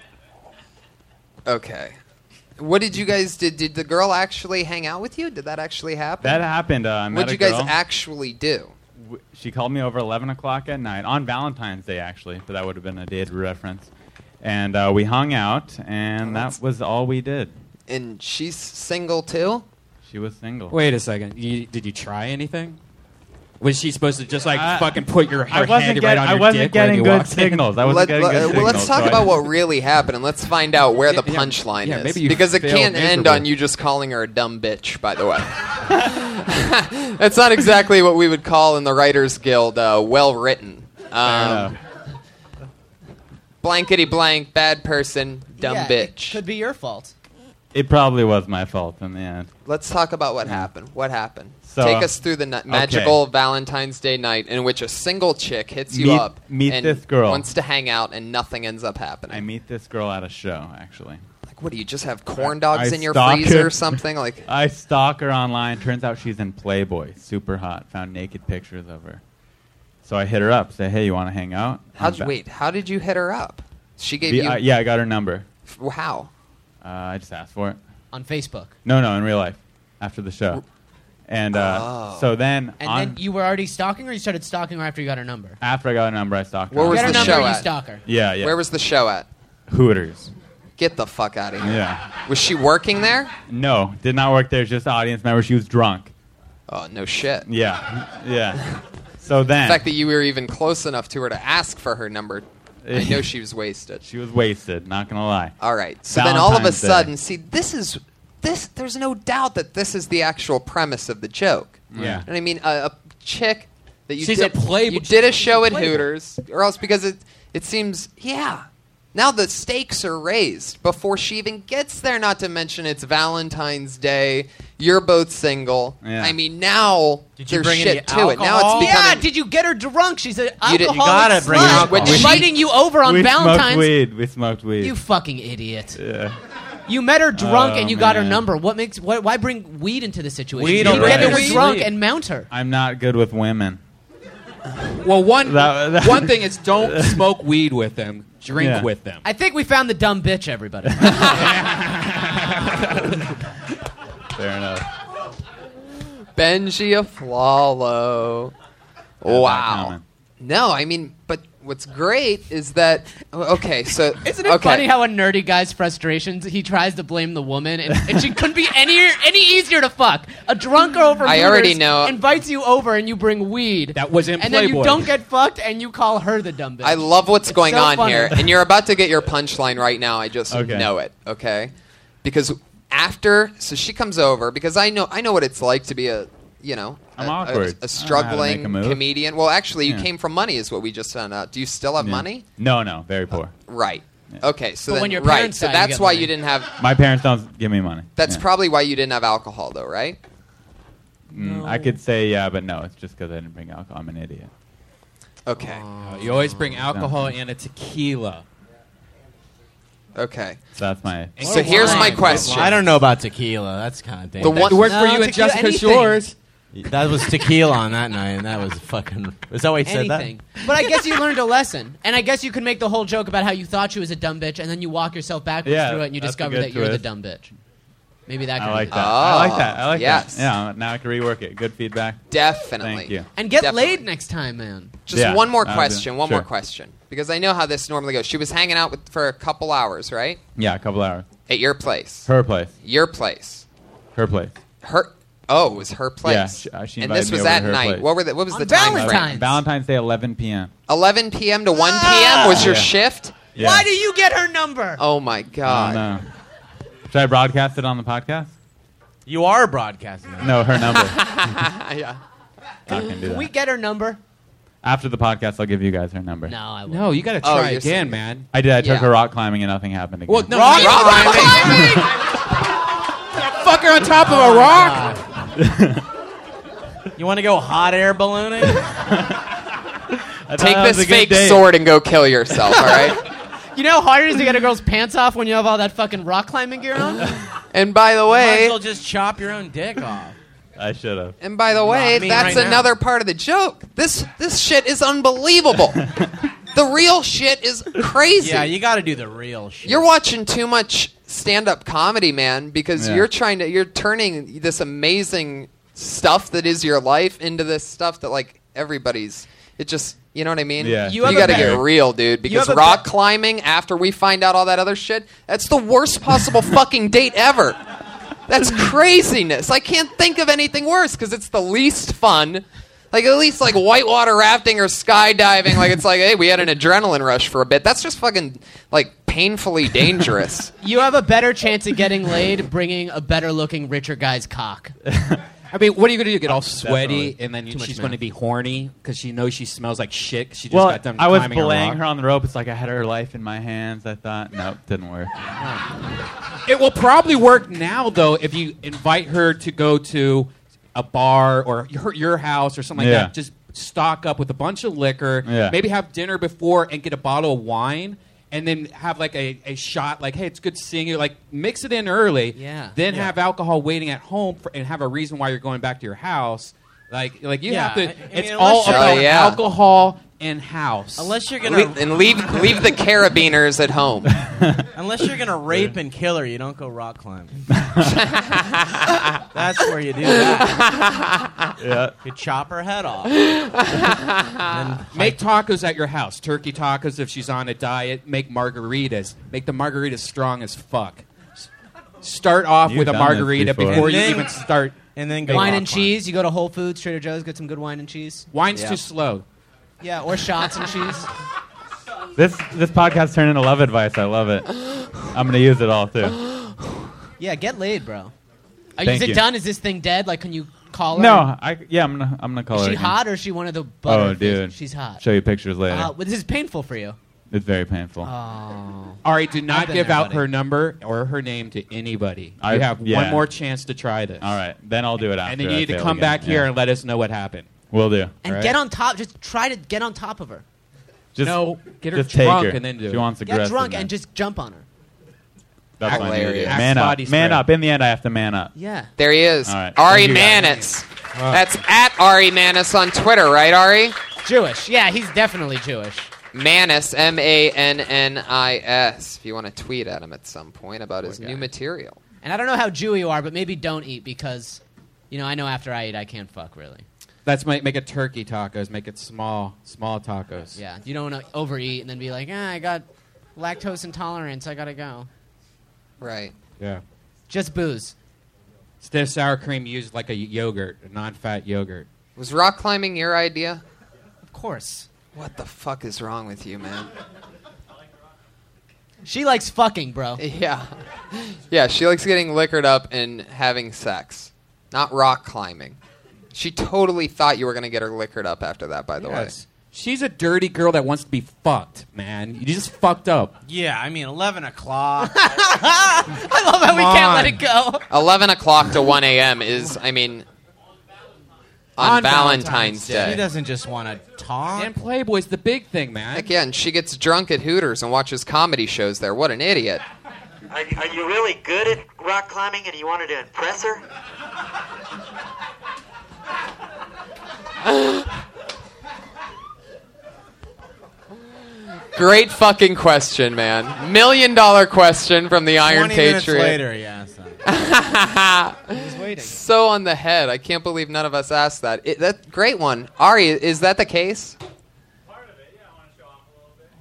Speaker 4: Okay. What did you guys did? Did the girl actually hang out with you? Did that actually happen?
Speaker 16: That happened. Uh, I met
Speaker 4: What
Speaker 16: a
Speaker 4: did you guys
Speaker 16: girl.
Speaker 4: actually do?
Speaker 16: w- she called me over 11 o'clock at night on Valentine's Day, actually, but that would have been a dated reference. And uh, we hung out, and that was all we did.
Speaker 4: And she's single too.
Speaker 16: She was single.
Speaker 3: Wait a second. You, did you try anything? Was she supposed to just like
Speaker 16: I-
Speaker 3: fucking put your
Speaker 16: I
Speaker 3: her
Speaker 16: wasn't
Speaker 3: head right
Speaker 16: getting-
Speaker 3: on
Speaker 16: I
Speaker 3: your
Speaker 16: wasn't
Speaker 3: dick when
Speaker 16: getting
Speaker 3: you
Speaker 16: good
Speaker 3: walked in?
Speaker 16: signals. I wasn't
Speaker 4: Let-
Speaker 16: getting
Speaker 4: let-
Speaker 16: good
Speaker 4: well, let's
Speaker 16: signals,
Speaker 4: talk
Speaker 16: so I-
Speaker 4: about what really happened and let's find out where the punchline
Speaker 16: yeah,
Speaker 4: is.
Speaker 16: maybe you
Speaker 4: because it
Speaker 16: failed
Speaker 4: can't end on you just calling her a dumb bitch, by the way. That's not exactly what we would call in the Writers Guild uh, well written. Um, blankety blank, bad person, dumb
Speaker 9: Yeah,
Speaker 4: bitch.
Speaker 9: it could be your fault.
Speaker 16: It probably was my fault in the end.
Speaker 4: Let's talk about what happened. What happened?
Speaker 16: Mm. So,
Speaker 4: Take
Speaker 16: uh,
Speaker 4: us through the ni-
Speaker 16: okay.
Speaker 4: magical Valentine's Day night in which a single chick hits you
Speaker 16: Meet-
Speaker 4: up
Speaker 16: meet
Speaker 4: and
Speaker 16: this girl.
Speaker 4: wants to hang out and nothing ends up happening.
Speaker 16: I meet this girl at a show, actually.
Speaker 4: Like, what do you just have corn dogs
Speaker 16: I
Speaker 4: in your
Speaker 16: stalk
Speaker 4: freezer
Speaker 16: her-
Speaker 4: or something? Like,
Speaker 16: I stalk her online. Turns out she's in Playboy, super hot. Found naked pictures of her. So I hit her up, say, "Hey, you want to hang out?"
Speaker 4: how
Speaker 16: I'm
Speaker 4: would
Speaker 16: ba-
Speaker 4: wait? How did you hit her up? She gave
Speaker 16: The-
Speaker 4: you
Speaker 16: I- yeah, I got her number.
Speaker 4: F- How?
Speaker 16: Uh, I just asked for it.
Speaker 9: On Facebook.
Speaker 16: No, no, in real life, after the show. And uh,
Speaker 4: Oh.
Speaker 16: so then,
Speaker 9: And
Speaker 16: on,
Speaker 9: then you were already stalking, or you started stalking her after you got her number.
Speaker 16: after I got her number, I stalked her.
Speaker 4: Where was
Speaker 9: Get her
Speaker 4: the
Speaker 9: number,
Speaker 4: show
Speaker 9: you
Speaker 4: at?
Speaker 9: stalk her.
Speaker 16: Yeah, yeah.
Speaker 4: Where was the show at?
Speaker 16: Hooters?
Speaker 4: Get the fuck out of here.
Speaker 16: Yeah.
Speaker 4: Was she working there?
Speaker 16: No, did not work there. Just an audience member. She was drunk.
Speaker 4: Oh no shit.
Speaker 16: Yeah, yeah. So then,
Speaker 4: The fact that you were even close enough to her to ask for her number, I know she was wasted.
Speaker 16: she was wasted. Not gonna lie.
Speaker 4: All right. So then all of a
Speaker 16: Valentine's Day.
Speaker 4: sudden, see, this is this. There's no doubt that this is the actual premise of the joke.
Speaker 16: Yeah. Yeah.
Speaker 4: You know what I mean, a, a chick that you
Speaker 3: She's
Speaker 4: did,
Speaker 3: a playboy-
Speaker 4: You did a
Speaker 3: she's
Speaker 4: show
Speaker 3: a
Speaker 4: at
Speaker 3: playboy.
Speaker 4: Hooters, or else because it it seems yeah. Now the stakes are raised before she even gets there. Not to mention it's Valentine's Day. You're both single.
Speaker 16: Yeah.
Speaker 4: I mean, now
Speaker 9: Did you
Speaker 4: there's
Speaker 9: bring any
Speaker 4: shit to it. Now
Speaker 9: alcohol?
Speaker 4: it's
Speaker 9: Yeah,
Speaker 4: becoming
Speaker 9: did you get her drunk? She's an
Speaker 4: You didn't-
Speaker 9: alcoholic
Speaker 4: you gotta bring
Speaker 9: slut
Speaker 4: alcohol.
Speaker 9: and inviting you over on
Speaker 16: we smoked
Speaker 9: Valentine's.
Speaker 16: weed. We smoked weed.
Speaker 9: You fucking idiot.
Speaker 16: Yeah.
Speaker 9: You met her drunk
Speaker 16: Oh,
Speaker 9: and you got her
Speaker 16: man.
Speaker 9: number. What makes why, why bring weed into the situation?
Speaker 16: Weed
Speaker 9: you
Speaker 16: on
Speaker 9: get
Speaker 16: the
Speaker 9: her
Speaker 16: weed.
Speaker 9: drunk and mount her.
Speaker 16: I'm not good with women.
Speaker 3: Well, one
Speaker 16: That- that-
Speaker 3: one thing is don't smoke weed with them. Drink
Speaker 16: Yeah.
Speaker 3: with them.
Speaker 9: I think we found the dumb bitch, everybody.
Speaker 16: Fair enough.
Speaker 4: Benji Aflalo.
Speaker 16: Yeah, back
Speaker 4: wow.
Speaker 16: comment.
Speaker 4: No, I mean, but what's great is that okay. So
Speaker 9: Isn't it
Speaker 4: okay.
Speaker 9: funny how a nerdy guy's frustrations he tries to blame the woman and, and she couldn't be any any easier to fuck. A drunk over
Speaker 4: I
Speaker 9: Hooters
Speaker 4: already know.
Speaker 9: invites you over and you bring weed. That
Speaker 3: was in
Speaker 9: and then you
Speaker 4: Playboy.
Speaker 9: don't get fucked and you call her the dumb bitch.
Speaker 4: I love what's
Speaker 9: It's
Speaker 4: going
Speaker 9: so
Speaker 4: on
Speaker 9: funny.
Speaker 4: here, and you're about to get your punchline right now. I just
Speaker 16: Okay.
Speaker 4: know it, okay? Because after, so she comes over because I know I know what it's like to be a you know
Speaker 16: I'm
Speaker 4: a- a- a,
Speaker 16: awkward. I don't know how to
Speaker 4: struggling
Speaker 16: make a move.
Speaker 4: comedian. Well, actually, you
Speaker 16: Yeah.
Speaker 4: came from money, is what we just found out. Do you still have
Speaker 16: Yeah.
Speaker 4: money?
Speaker 16: No, no, very poor.
Speaker 4: Right. Okay. So
Speaker 9: But
Speaker 4: then,
Speaker 9: when your
Speaker 4: right.
Speaker 9: parents
Speaker 4: So
Speaker 9: die, you
Speaker 4: that's
Speaker 9: get
Speaker 4: why
Speaker 9: money.
Speaker 4: you didn't have.
Speaker 16: My parents don't give me money.
Speaker 4: That's
Speaker 16: Yeah.
Speaker 4: probably why you didn't have alcohol, though, right?
Speaker 16: Mm, I could say yeah, but no, it's just because I didn't bring alcohol. I'm an idiot.
Speaker 4: Okay.
Speaker 3: Uh, You always bring alcohol and a tequila.
Speaker 4: Okay.
Speaker 16: So that's my.
Speaker 3: So What a here's line. my question.
Speaker 2: I don't know about tequila. That's kind of thing.
Speaker 3: The one- It worked for you
Speaker 2: and
Speaker 3: at Jessica Shore's.
Speaker 2: That was tequila on that night, and that was fucking. Is that why you said that?
Speaker 9: Anything. But I guess you learned a lesson, and I guess you can make the whole joke about how you thought she was a dumb bitch, and then you walk yourself backwards
Speaker 16: Yeah,
Speaker 9: through it, and you
Speaker 16: that's a
Speaker 9: discover
Speaker 16: good
Speaker 9: that you're the
Speaker 16: twist.
Speaker 9: dumb bitch. Maybe that. Kind
Speaker 16: I like
Speaker 9: of
Speaker 16: that. I like
Speaker 4: Oh,
Speaker 16: that. I like
Speaker 4: yes.
Speaker 16: that. Yeah, now I can rework it. Good feedback.
Speaker 4: Definitely.
Speaker 16: Thank you.
Speaker 9: And get
Speaker 4: Definitely.
Speaker 9: laid next time, man.
Speaker 4: Just
Speaker 16: Yeah,
Speaker 4: one more
Speaker 16: I'll do-
Speaker 4: question. One more
Speaker 16: sure.
Speaker 4: question. Because I know how this normally goes. She was hanging out with for a couple hours, right?
Speaker 16: Yeah, a couple hours.
Speaker 4: At your place.
Speaker 16: Her place.
Speaker 4: Your place.
Speaker 16: Her place.
Speaker 4: Her. Oh, it was her place.
Speaker 16: Yeah, she- uh, she
Speaker 4: and
Speaker 16: invited
Speaker 4: this
Speaker 16: me
Speaker 4: was
Speaker 16: over
Speaker 4: at
Speaker 16: to her
Speaker 4: night.
Speaker 16: place.
Speaker 4: What were the, What was the time frame?
Speaker 16: Valentine's Day, 11 p.m.
Speaker 4: 11 p.m. to 1 p.m. was your
Speaker 16: Yeah.
Speaker 4: shift.
Speaker 16: Ah. Yeah. Why do
Speaker 9: you get her number?
Speaker 4: Oh my
Speaker 16: I
Speaker 4: god.
Speaker 16: don't know. Should I broadcast it on the podcast?
Speaker 2: You are broadcasting. That.
Speaker 16: No, her number.
Speaker 4: yeah.
Speaker 16: I can do
Speaker 9: Can
Speaker 16: that.
Speaker 9: we get her number?
Speaker 16: After the podcast, I'll give you guys her number.
Speaker 9: No, I won't.
Speaker 3: No, you got to
Speaker 16: Oh,
Speaker 3: try
Speaker 16: you're
Speaker 3: again,
Speaker 16: serious.
Speaker 3: man.
Speaker 16: I did. I took
Speaker 3: Yeah.
Speaker 16: her rock climbing and nothing happened again.
Speaker 3: Well, no, Rock no, no. climbing! Fuck her on top of a rock.
Speaker 16: Oh
Speaker 2: You want to go hot air ballooning?
Speaker 4: Take this fake sword and go kill yourself. All right.
Speaker 9: You know how hard it is to get a girl's pants off when you have all that fucking rock climbing gear on?
Speaker 4: And by the
Speaker 2: you might
Speaker 4: way,
Speaker 2: as well just chop your own dick off.
Speaker 16: I should have.
Speaker 4: And by the way,
Speaker 2: Not me
Speaker 4: that's
Speaker 2: right now.
Speaker 4: another part of the joke. This this shit is unbelievable. the real shit is crazy.
Speaker 2: Yeah, you got to do the real shit.
Speaker 4: You're watching too much stand-up comedy, man, because
Speaker 2: Yeah.
Speaker 4: you're trying to you're turning this amazing stuff that is your life into this stuff that like everybody's it just you know what I mean?
Speaker 3: Yeah.
Speaker 4: You,
Speaker 3: You have a
Speaker 4: got to
Speaker 3: bet-
Speaker 4: get real, dude,
Speaker 3: You have
Speaker 4: because
Speaker 3: a
Speaker 4: rock climbing after we find out all that other shit, that's the worst possible fucking date ever. That's craziness. I can't think of anything worse because it's the least fun. Like at least like whitewater rafting or skydiving. Like it's like, hey, we had an adrenaline rush for a bit. That's just fucking like painfully dangerous.
Speaker 9: You have a better chance of getting laid bringing a better looking, richer guy's cock.
Speaker 3: I mean, what are you going to do? Get all sweaty,
Speaker 9: Definitely.
Speaker 3: and then
Speaker 9: Too much
Speaker 3: she's
Speaker 9: math.
Speaker 3: going to be horny because she knows she smells like shit. 'cause She just
Speaker 16: well,
Speaker 3: got done
Speaker 16: I was
Speaker 3: climbing a
Speaker 16: belaying
Speaker 3: rock.
Speaker 16: her on the rope. It's like I had her life in my hands. I thought, nope, didn't work.
Speaker 3: It will probably work now, though, if you invite her to go to a bar or your, your house or something like
Speaker 16: Yeah.
Speaker 3: that. Just stock up with a bunch of liquor.
Speaker 16: Yeah.
Speaker 3: Maybe have dinner before and get a bottle of wine. And then have like a, a shot, like, hey, it's good seeing you. Like, mix it in early.
Speaker 9: Yeah.
Speaker 3: Then
Speaker 9: Yeah.
Speaker 3: have alcohol waiting at home for, and have a reason why you're going back to your house. Like, like you
Speaker 2: Yeah,
Speaker 3: have to.
Speaker 2: I- I mean,
Speaker 3: it's
Speaker 2: unless
Speaker 3: all
Speaker 4: you're- Oh,
Speaker 3: about
Speaker 4: yeah.
Speaker 3: alcohol and house.
Speaker 2: Unless you're gonna-
Speaker 4: Le- and leave leave the carabiners at home.
Speaker 2: Unless you're gonna rape and kill her, you don't go rock climbing. That's where you do that.
Speaker 16: Yeah.
Speaker 2: You chop her head off.
Speaker 3: And make tacos at your house. Turkey tacos if she's on a diet. Make margaritas. Make the margaritas strong as fuck. S- Start off
Speaker 16: You've
Speaker 3: with a
Speaker 16: done this
Speaker 3: margarita
Speaker 16: before.
Speaker 3: before,
Speaker 16: And
Speaker 3: you
Speaker 16: then-
Speaker 3: even start.
Speaker 2: And then
Speaker 9: wine and cheese. You go to Whole Foods, Trader Joe's, get some good wine and cheese.
Speaker 3: Wine's too slow.
Speaker 9: Yeah, or shots and cheese.
Speaker 16: This this podcast turned into love advice. I love it. I'm gonna use it all too.
Speaker 9: Yeah, get laid, bro. Are,
Speaker 16: Thank
Speaker 9: is it
Speaker 16: you.
Speaker 9: done? Is this thing dead? Like, can you call her?
Speaker 16: No, I yeah, I'm gonna I'm gonna call
Speaker 9: Is
Speaker 16: her.
Speaker 9: she
Speaker 16: again.
Speaker 9: hot or is she one of the butter
Speaker 16: Oh, dude,
Speaker 9: She's hot.
Speaker 16: Show you pictures later.
Speaker 9: Uh, well, this is painful for you.
Speaker 16: it's very painful.
Speaker 3: Oh. All right, do
Speaker 9: I've
Speaker 3: not
Speaker 9: been
Speaker 3: give
Speaker 9: there,
Speaker 3: out
Speaker 9: buddy.
Speaker 3: her number or her name to anybody.
Speaker 16: I-
Speaker 3: you have
Speaker 16: yeah.
Speaker 3: one more chance to try this.
Speaker 16: All right, then I'll do it after.
Speaker 3: And then
Speaker 16: I
Speaker 3: you need to
Speaker 16: fail
Speaker 3: come
Speaker 16: again.
Speaker 3: back here
Speaker 16: Yeah.
Speaker 3: and let us know what happened.
Speaker 16: Will do.
Speaker 9: And get on top. Just try to get on top of her.
Speaker 16: Just-
Speaker 3: no, get her
Speaker 16: just take
Speaker 3: drunk
Speaker 16: her.
Speaker 3: and then do
Speaker 16: She
Speaker 3: it.
Speaker 16: wants
Speaker 9: Get
Speaker 16: aggressive
Speaker 9: drunk
Speaker 16: men.
Speaker 9: and just jump on her.
Speaker 16: That's what I need to do.
Speaker 4: Hilarious.
Speaker 16: Man up.
Speaker 4: Body spray.
Speaker 16: Man up. In the end, I have to man up.
Speaker 9: Yeah.
Speaker 4: There he is.
Speaker 16: All right.
Speaker 4: Ari
Speaker 16: Thank you, guys.
Speaker 4: Manis.
Speaker 16: Wow.
Speaker 4: That's at Ari Manis on Twitter, right, Ari?
Speaker 9: Jewish. Yeah, he's definitely Jewish.
Speaker 4: Manis, M A N N I S, if you want to tweet at him at some point about his new material.
Speaker 9: And I don't know how Jew you are, but maybe don't eat because, you know, I know after I eat I can't fuck really.
Speaker 3: That's my make it turkey tacos. Make it small, small tacos.
Speaker 9: Yeah, you don't want to overeat and then be like, ah, I got lactose intolerance. I gotta go.
Speaker 4: Right.
Speaker 3: Yeah.
Speaker 9: Just booze.
Speaker 3: Instead of sour cream, use like a yogurt, a non-fat yogurt.
Speaker 4: Was rock climbing your idea?
Speaker 9: Of course.
Speaker 4: What the fuck is wrong with you, man?
Speaker 9: She likes fucking, bro.
Speaker 4: Yeah. Yeah, she likes getting liquored up and having sex, not rock climbing. She totally thought you were going to get her liquored up after that, by the
Speaker 3: Yes. She's a dirty girl that wants to be fucked, man. You just fucked up.
Speaker 2: Yeah, I mean, 11 o'clock.
Speaker 9: I love how we
Speaker 4: Come
Speaker 9: can't
Speaker 4: on.
Speaker 9: let it go.
Speaker 4: way. 11 o'clock to 1 a.m. is, I mean, on, Valentine's Day.
Speaker 2: He doesn't just want to talk.
Speaker 3: And Playboy's the big thing, man.
Speaker 4: Heck yeah, and she gets drunk at Hooters and watches comedy shows there. What an idiot.
Speaker 5: Are, you- are you really good at rock climbing and you wanted to impress her?
Speaker 4: Great fucking question, man. Million dollar question from the Iron
Speaker 2: 20 minutes
Speaker 4: Patriot.
Speaker 2: later, yeah, so.
Speaker 4: so on the head. I can't believe none of us asked that. It, that great one, Ari. Is that the case?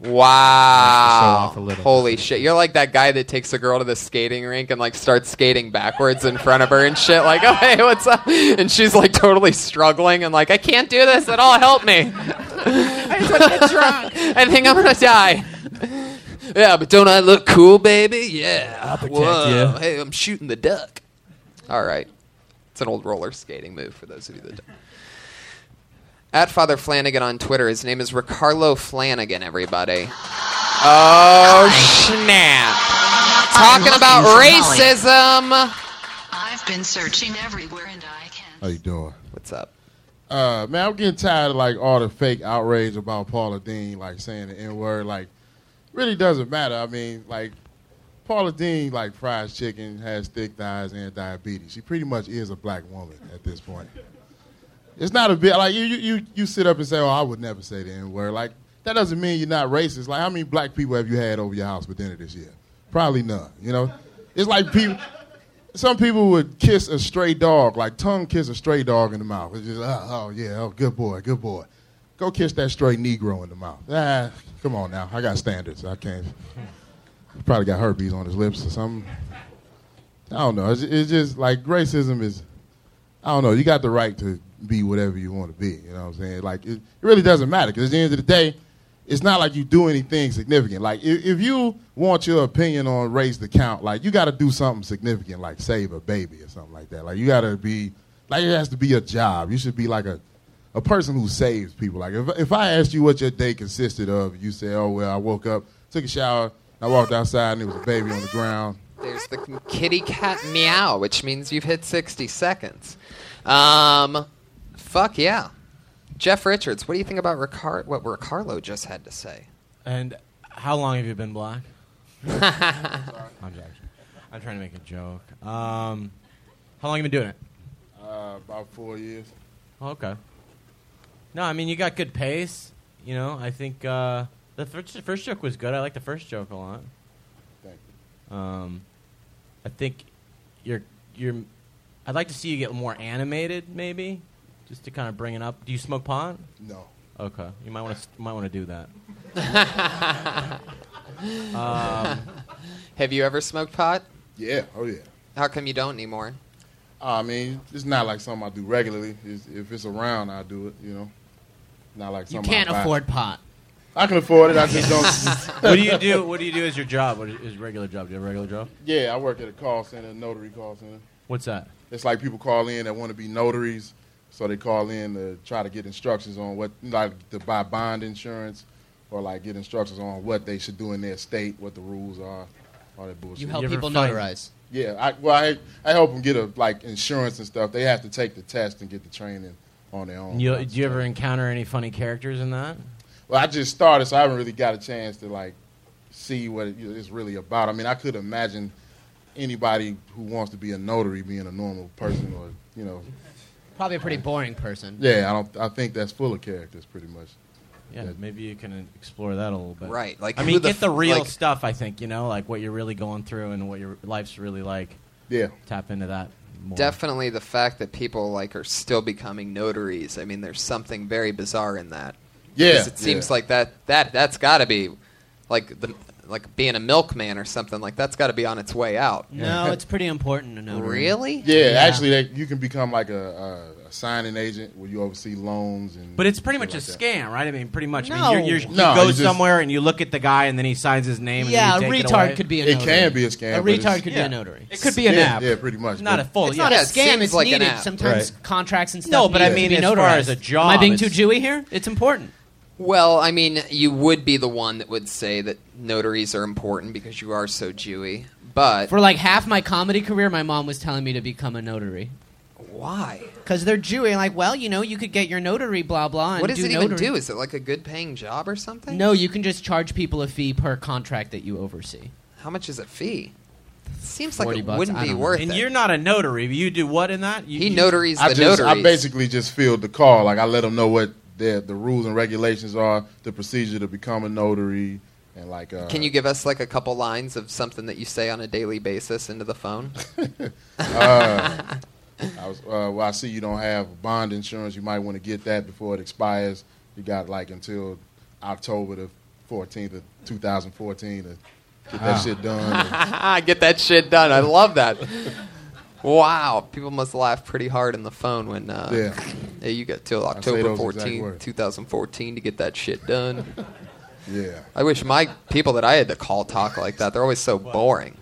Speaker 4: Wow!
Speaker 3: a little
Speaker 4: Holy shit! You're like that guy that takes a girl to the skating rink and like starts skating backwards in front of her and shit. Like, oh hey, what's up? And she's like totally struggling and like, I can't do this at all. Help me!
Speaker 5: I just want to get drunk.
Speaker 4: I think I'm gonna die. Yeah, but don't I look cool, baby? Yeah. I'll
Speaker 5: protect
Speaker 4: Whoa.
Speaker 5: you.
Speaker 4: Hey, I'm shooting the duck. All right. It's an old roller skating move for those of you that don't. At Father Flanagan on Twitter, his name is Ricardo Flanagan, everybody. Oh, snap. Talking about racism.
Speaker 17: I've been searching everywhere and
Speaker 18: How you doing?
Speaker 4: What's up?
Speaker 18: Uh, man, I'm getting tired of like all the fake outrage about Paula Dean, like saying the N word. Like, really doesn't matter. I mean, like, Paula Dean like fries chicken, has thick thighs, and diabetes. She pretty much is a black woman at this point. It's not a bit like you, you, you, you sit up and say, "Oh, I would never say the N word." Like that doesn't mean you're not racist. Like how many black people have you had over your house for dinner this year? Probably none. You know, it's like people. Some people would kiss a stray dog, like tongue kiss a stray dog in the mouth. It's just, oh, oh yeah, oh good boy, good boy. Go kiss that stray Negro in the mouth. Ah, come on now, I got standards. I can't. He probably got herpes on his lips or something. I don't know. It's, it's just like racism is. I don't know. You got the right to be whatever you want to be. You know what I'm saying? Like it, it really doesn't matter because at the end of the day, it's not like you do anything significant. Like if, if you want your opinion on race to count, like you got to do something significant, like save a baby or something like that. Like you got to be like it has to be a job. You should be like a a person who saves people. Like if if I asked you what your day consisted of, you say, "Oh well, I woke up, took a shower, I walked outside, and there was a baby on the ground."
Speaker 4: There's the kitty cat meow, which means you've hit 60 seconds. Um, fuck yeah. Jeff Richards, what do you think about Ricard- what Ricardo just had to say?
Speaker 8: And how long have you been black? I'm, joking. I'm trying to make a joke. Um, how long have you been doing it?
Speaker 18: Uh, about four years.
Speaker 8: Oh, okay. No, I mean you got good pace. You know, I think uh, the first, first joke was good. I like the first joke a lot.
Speaker 18: Thank
Speaker 8: you. Um, I think you're you're. I'd like to see you get more animated, maybe, just to kind of bring it up. Do you smoke pot?
Speaker 18: No.
Speaker 8: Okay, you might want to might want to do that. um,
Speaker 4: Have you ever smoked pot?
Speaker 18: Yeah. Oh yeah. Uh,
Speaker 4: How come you don't anymore?
Speaker 18: I mean, it's not like something I do regularly. It's, if it's around, I do it. You know, not like
Speaker 9: You
Speaker 18: something.
Speaker 9: can't
Speaker 18: I buy.
Speaker 9: afford pot.
Speaker 18: I can afford it. I just don't.
Speaker 8: what do you do? What do you do as your job? What is is your regular job? Do you have a regular job?
Speaker 18: Yeah, I work at a call center, a notary call center.
Speaker 8: What's that?
Speaker 18: It's like people call in that want to be notaries, so they call in to try to get instructions on what, like, to buy bond insurance, or like get instructions on what they should do in their state, what the rules are, all that bullshit.
Speaker 9: You help You ever people fight? notarize?
Speaker 18: Yeah, I, well, I, I help them get a like insurance and stuff. They have to take the test and get the training on their own.
Speaker 8: You, do you ever encounter any funny characters in that?
Speaker 18: Well, I just started, so I haven't really got a chance to like see what it- it's really about. I mean, I could imagine anybody who wants to be a notary being a normal person, or you know,
Speaker 9: Probably a pretty boring person.
Speaker 18: yeah, I don't. I think that's full of characters, pretty much.
Speaker 8: Yeah, maybe you can explore that a little bit.
Speaker 4: Right, like
Speaker 8: I
Speaker 4: who
Speaker 8: mean,
Speaker 4: the
Speaker 8: get the
Speaker 4: f-
Speaker 8: real
Speaker 4: like-
Speaker 8: stuff. I think you know, like what you're really going through and what your life's really like.
Speaker 18: Yeah,
Speaker 8: tap into that. More.
Speaker 4: Definitely the fact that people like are still becoming notaries. I mean, there's something very bizarre in that.
Speaker 18: Yeah,
Speaker 4: 'Cause it seems
Speaker 18: yeah.
Speaker 4: like that that that's got to be like the like being a milkman or something like that's got to be on its way out.
Speaker 9: No, it's pretty important to know.
Speaker 4: Really?
Speaker 18: Yeah, actually, they, you can become like a, a, a signing agent where you oversee loans and.
Speaker 8: But it's pretty much a
Speaker 18: like that.
Speaker 8: scam, right? I mean, pretty much. I mean,
Speaker 18: No.
Speaker 8: you're, you're,
Speaker 18: No,
Speaker 8: you go
Speaker 18: you just-
Speaker 8: somewhere and you look at the guy and then he signs his name.
Speaker 9: Yeah,
Speaker 8: and
Speaker 9: a
Speaker 8: you take it
Speaker 9: retard
Speaker 8: away.
Speaker 9: could be a
Speaker 18: It can be a scam.
Speaker 9: A
Speaker 18: but it's-
Speaker 9: retard could be a notary.
Speaker 8: It could be an
Speaker 18: yeah,
Speaker 8: app.
Speaker 18: Yeah, pretty much.
Speaker 8: Not
Speaker 18: but-
Speaker 8: a full-
Speaker 9: It's
Speaker 8: yeah.
Speaker 9: not
Speaker 8: Yeah,
Speaker 9: a
Speaker 8: it
Speaker 9: scam.
Speaker 8: seems
Speaker 9: It's
Speaker 8: like an
Speaker 9: needed.
Speaker 8: app.
Speaker 9: Sometimes
Speaker 8: Right.
Speaker 9: contracts and stuff.
Speaker 8: No, but I
Speaker 9: need to
Speaker 8: mean,
Speaker 9: be
Speaker 8: as far
Speaker 9: notarized.
Speaker 8: as a job,
Speaker 9: Am I being too
Speaker 8: it's-
Speaker 9: Jewy here? It's important.
Speaker 4: Well, I mean, you would be the one that would say that notaries are important because you are so Jewy. But
Speaker 9: For like half my comedy career, my mom was telling me to become a notary.
Speaker 4: Why?
Speaker 9: Because they're Jewy. and Like, well, you know, you could get your notary, blah blah. And
Speaker 4: what does
Speaker 9: do
Speaker 4: it
Speaker 9: notary.
Speaker 4: even do? Is it like a good paying job or something?
Speaker 9: No, you can just charge people a fee per contract that you oversee.
Speaker 4: How much is a fee? Seems like
Speaker 9: 40
Speaker 4: it
Speaker 9: bucks,
Speaker 4: wouldn't
Speaker 9: I
Speaker 4: be
Speaker 9: don't know.
Speaker 4: worth
Speaker 8: And
Speaker 4: it.
Speaker 8: you're not a notary. but You do what in that? You,
Speaker 4: He
Speaker 8: you-
Speaker 4: notaries
Speaker 18: I just, I basically just filled the call. Like I let them know what the the rules and regulations are, the procedure to become a notary, and like. Uh,
Speaker 4: Can you give us like a couple lines of something that you say on a daily basis into the phone?
Speaker 18: Uh, I was, uh, well, I see you don't have bond insurance. You might want to get that before it expires. You got like until October the 14th of 2014 to get that
Speaker 4: Wow.
Speaker 18: shit done.
Speaker 4: Get that shit done. I love that. Wow, people must laugh pretty hard in the phone when uh,
Speaker 18: Yeah.
Speaker 4: yeah, you got till
Speaker 18: say
Speaker 4: October
Speaker 18: those exact
Speaker 4: 14,
Speaker 18: words.
Speaker 4: 2014 to get that shit done.
Speaker 18: Yeah.
Speaker 4: I wish my people that I had to call talk like that. They're always so boring.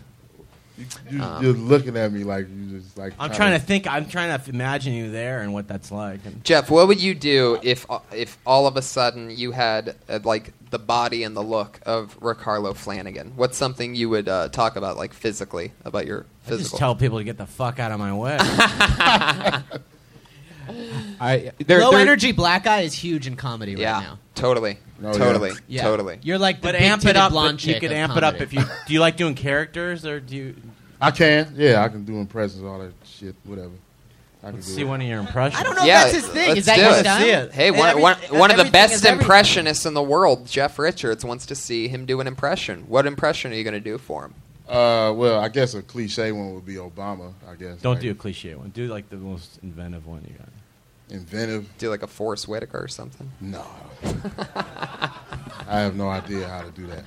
Speaker 18: You,
Speaker 4: Um,
Speaker 18: you're looking at me like you just like.
Speaker 8: I'm
Speaker 18: kinda-
Speaker 8: trying to think. I'm trying to imagine you there and what that's like. And
Speaker 4: Jeff, what would you do if uh, if all of a sudden you had uh, like the body and the look of Ricardo Flanagan? What's something you would uh, talk about, like physically, about your
Speaker 8: I just
Speaker 4: physical?
Speaker 8: tell people to get the fuck out of my way.
Speaker 1: I
Speaker 9: Low energy black guy is huge in comedy right now.
Speaker 4: Totally.
Speaker 8: Oh, yeah.
Speaker 4: totally.
Speaker 8: Yeah.
Speaker 4: Totally.
Speaker 9: You're like
Speaker 8: but amp it up.
Speaker 9: blonde
Speaker 8: but you
Speaker 9: chick
Speaker 8: could
Speaker 9: of
Speaker 8: amp it up
Speaker 9: comedy.
Speaker 8: if you. Do you like doing characters or do you?
Speaker 18: I can. Yeah, I can do impressions, all that shit, whatever. I can
Speaker 8: Let's
Speaker 18: do
Speaker 8: see
Speaker 18: it.
Speaker 8: one of your impressions.
Speaker 9: I don't know if that's his thing. Is that your style?
Speaker 4: Hey,
Speaker 9: And
Speaker 4: one,
Speaker 9: every-
Speaker 4: one, one of the
Speaker 9: everything is
Speaker 4: best
Speaker 9: everything.
Speaker 4: impressionists in the world, Jeff Richards, wants to see him do an impression. What impression are you going to do for him?
Speaker 18: Uh, well, I guess a cliche one would be Obama. I guess.
Speaker 8: Don't
Speaker 18: Like,
Speaker 8: do a cliche one. Do like the most inventive one you got.
Speaker 18: Inventive.
Speaker 4: Do like a Forrest Whitaker or something?
Speaker 18: No. I have no idea how to do that.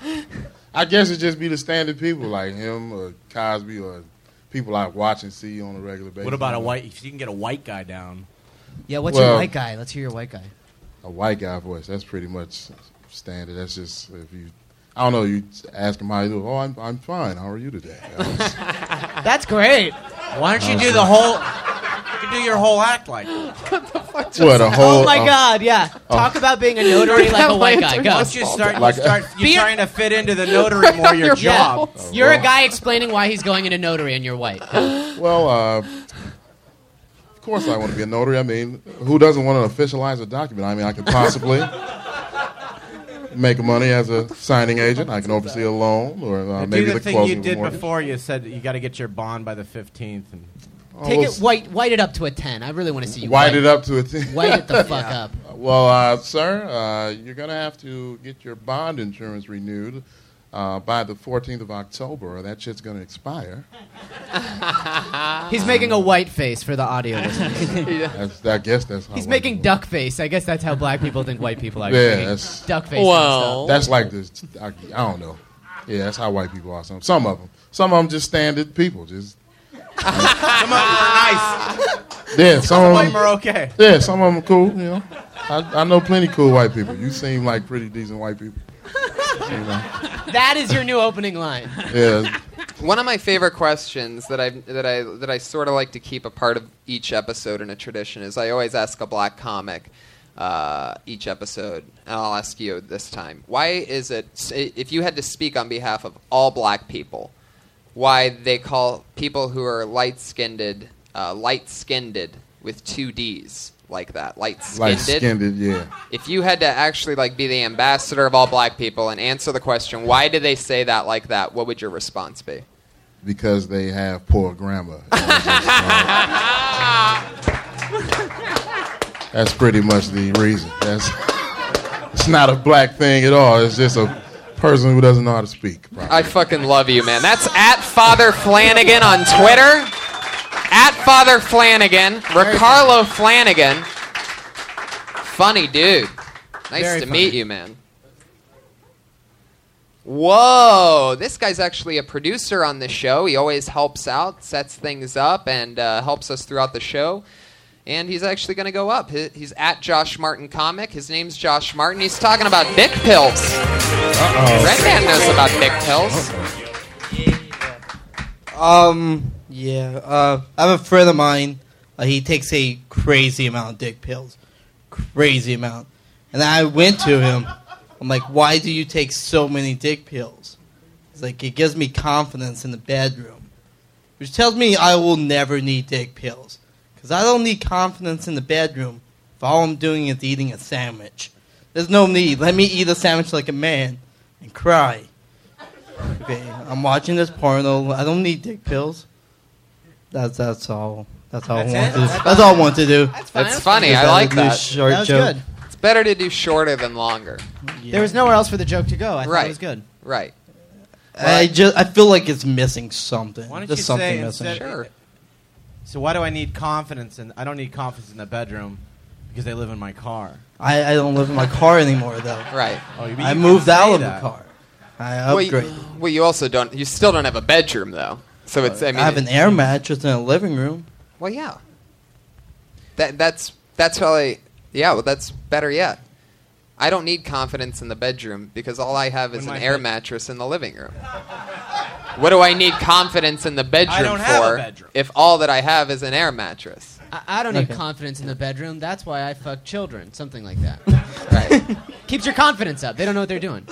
Speaker 18: I guess it'd just be the standard people like him or Cosby or people I watch and see on a regular basis.
Speaker 8: What about a white? If you can get a white guy down.
Speaker 9: Yeah, what's
Speaker 18: Well-
Speaker 9: your white guy? Let's hear your white guy.
Speaker 18: a white guy voice. That's pretty much standard. That's just if you, I don't know, you ask him how you do. Oh, I'm I'm fine. How are you today?
Speaker 9: That's great.
Speaker 8: Why don't you do the whole? You can do your whole act like.
Speaker 18: What, a whole-
Speaker 9: Oh my
Speaker 18: uh,
Speaker 9: god, yeah. Talk
Speaker 8: oh.
Speaker 9: about being a notary like a white guy. Go.
Speaker 8: Once you start,
Speaker 18: Like,
Speaker 8: you start
Speaker 18: uh,
Speaker 8: you're trying to fit into the notary more your job.
Speaker 18: Oh,
Speaker 9: Yeah. You're a guy explaining why he's going into notary and you're white.
Speaker 18: well, uh, of course I want to be a notary. I mean, who doesn't want to officialize a document? I mean, I could possibly make money as a signing agent. I can oversee a loan or uh,
Speaker 8: do
Speaker 18: maybe
Speaker 8: the,
Speaker 18: the,
Speaker 8: thing
Speaker 18: closing
Speaker 8: you
Speaker 18: of
Speaker 8: did
Speaker 18: a mortgage.
Speaker 8: before. You said that you got to get your bond by the fifteenth. And
Speaker 9: Oh, Take it white white it up to a ten. I really want to see you.
Speaker 18: White it up to a 10.
Speaker 9: White it the fuck up.
Speaker 18: Well, uh, sir, uh, you're going to have to get your bond insurance renewed uh, by the 14th of October, or that shit's going to expire.
Speaker 9: He's making a white face for the audio listeners.
Speaker 18: That's, I guess that's how.
Speaker 9: He's
Speaker 18: white
Speaker 9: making duck face. I guess that's how black people think white people are.
Speaker 18: people- yeah,
Speaker 9: Making
Speaker 18: that's
Speaker 9: duck face. and stuff.
Speaker 18: That's like this. I, I don't know. Yeah, that's how white people are. Some some of them. Some of them just standard people. Just
Speaker 8: Come on, we're nice.
Speaker 18: yeah. Some of
Speaker 8: White
Speaker 18: them
Speaker 8: are okay.
Speaker 18: Yeah, some of them cool. You know, I, I know plenty cool white people. You seem like pretty decent white people. You know.
Speaker 9: That is your new opening line.
Speaker 18: Yeah.
Speaker 4: One of my favorite questions that I that I that I sort of like to keep a part of each episode in a tradition is I always ask a black comic uh, each episode, and I'll ask you this time: Why is it s- if you had to speak on behalf of all black people, why they call people who are light skinned uh, light skinned with two D's like that light
Speaker 18: Like
Speaker 4: skinned
Speaker 18: skinned, yeah.
Speaker 4: if you had to actually like be the ambassador of all black people and answer the question why do they say that like that what would your response be
Speaker 18: Because they have poor grammar. That's pretty much the reason. That's it's not a black thing at all. It's just a person who doesn't know how to speak.
Speaker 4: i fucking love you man that's at father flanagan on twitter at father flanagan ricardo flanagan funny dude nice
Speaker 19: Very
Speaker 4: to
Speaker 19: funny.
Speaker 4: meet you man Whoa, this guy's actually a producer on the show. He always helps out, sets things up, and uh, helps us throughout the show. And he's actually going to go up. He- He's at Josh Martin Comic. His name's Josh Martin. He's talking about dick pills.
Speaker 19: Uh-oh.
Speaker 4: Red Man knows about dick pills.
Speaker 9: Oh.
Speaker 19: Um, yeah. Uh, I have a friend of mine. Uh, he takes a crazy amount of dick pills, crazy amount. And I went to him. I'm like, why do you take so many dick pills? He's like, it gives me confidence in the bedroom, which tells me I will never need dick pills, because I don't need confidence in the bedroom if all I'm doing is eating a sandwich. There's no need. Let me eat a sandwich like a man and cry. Okay, I'm watching this porno. I don't need dick pills. That's that's all. That's all
Speaker 4: That's
Speaker 19: I want
Speaker 4: it?
Speaker 19: to do.
Speaker 4: That's
Speaker 19: That's all I want to do.
Speaker 4: It's funny. I
Speaker 19: Better
Speaker 4: like
Speaker 19: do
Speaker 4: that.
Speaker 19: short joke.
Speaker 4: It's better to do shorter than longer.
Speaker 9: There was nowhere else for the joke to go. I thought
Speaker 4: Right.
Speaker 9: it was good.
Speaker 4: Right.
Speaker 9: Uh,
Speaker 19: I just I feel like it's missing something.
Speaker 8: Uh, Why don't
Speaker 19: There's
Speaker 8: you
Speaker 19: something
Speaker 8: say
Speaker 19: missing.
Speaker 8: instead? So why do I need confidence? And I don't need confidence in the bedroom because they live in my car.
Speaker 19: I, I don't live in my car anymore though.
Speaker 4: Right.
Speaker 8: Oh, you mean
Speaker 19: I
Speaker 8: you
Speaker 19: moved
Speaker 8: can say
Speaker 19: out of
Speaker 8: that.
Speaker 19: the car. I
Speaker 4: Well you,
Speaker 19: upgraded.
Speaker 4: well, you also don't. You still don't have a bedroom though. So it's. I
Speaker 19: I
Speaker 4: mean,
Speaker 19: have an air mattress in a living room.
Speaker 4: Well, yeah. That that's that's probably yeah. Well, that's better yet. I don't need confidence in the bedroom because all I have is
Speaker 8: When
Speaker 4: an
Speaker 8: my
Speaker 4: air
Speaker 8: bed-
Speaker 4: mattress in the living room. What do I need confidence in the bedroom
Speaker 9: don't
Speaker 4: for
Speaker 9: have a bedroom.
Speaker 4: if all that I have is an air mattress?
Speaker 9: I, I don't need
Speaker 4: Okay.
Speaker 9: confidence in the bedroom. That's why I fuck children. Something like that. right. Keeps your confidence up. They don't know what they're doing.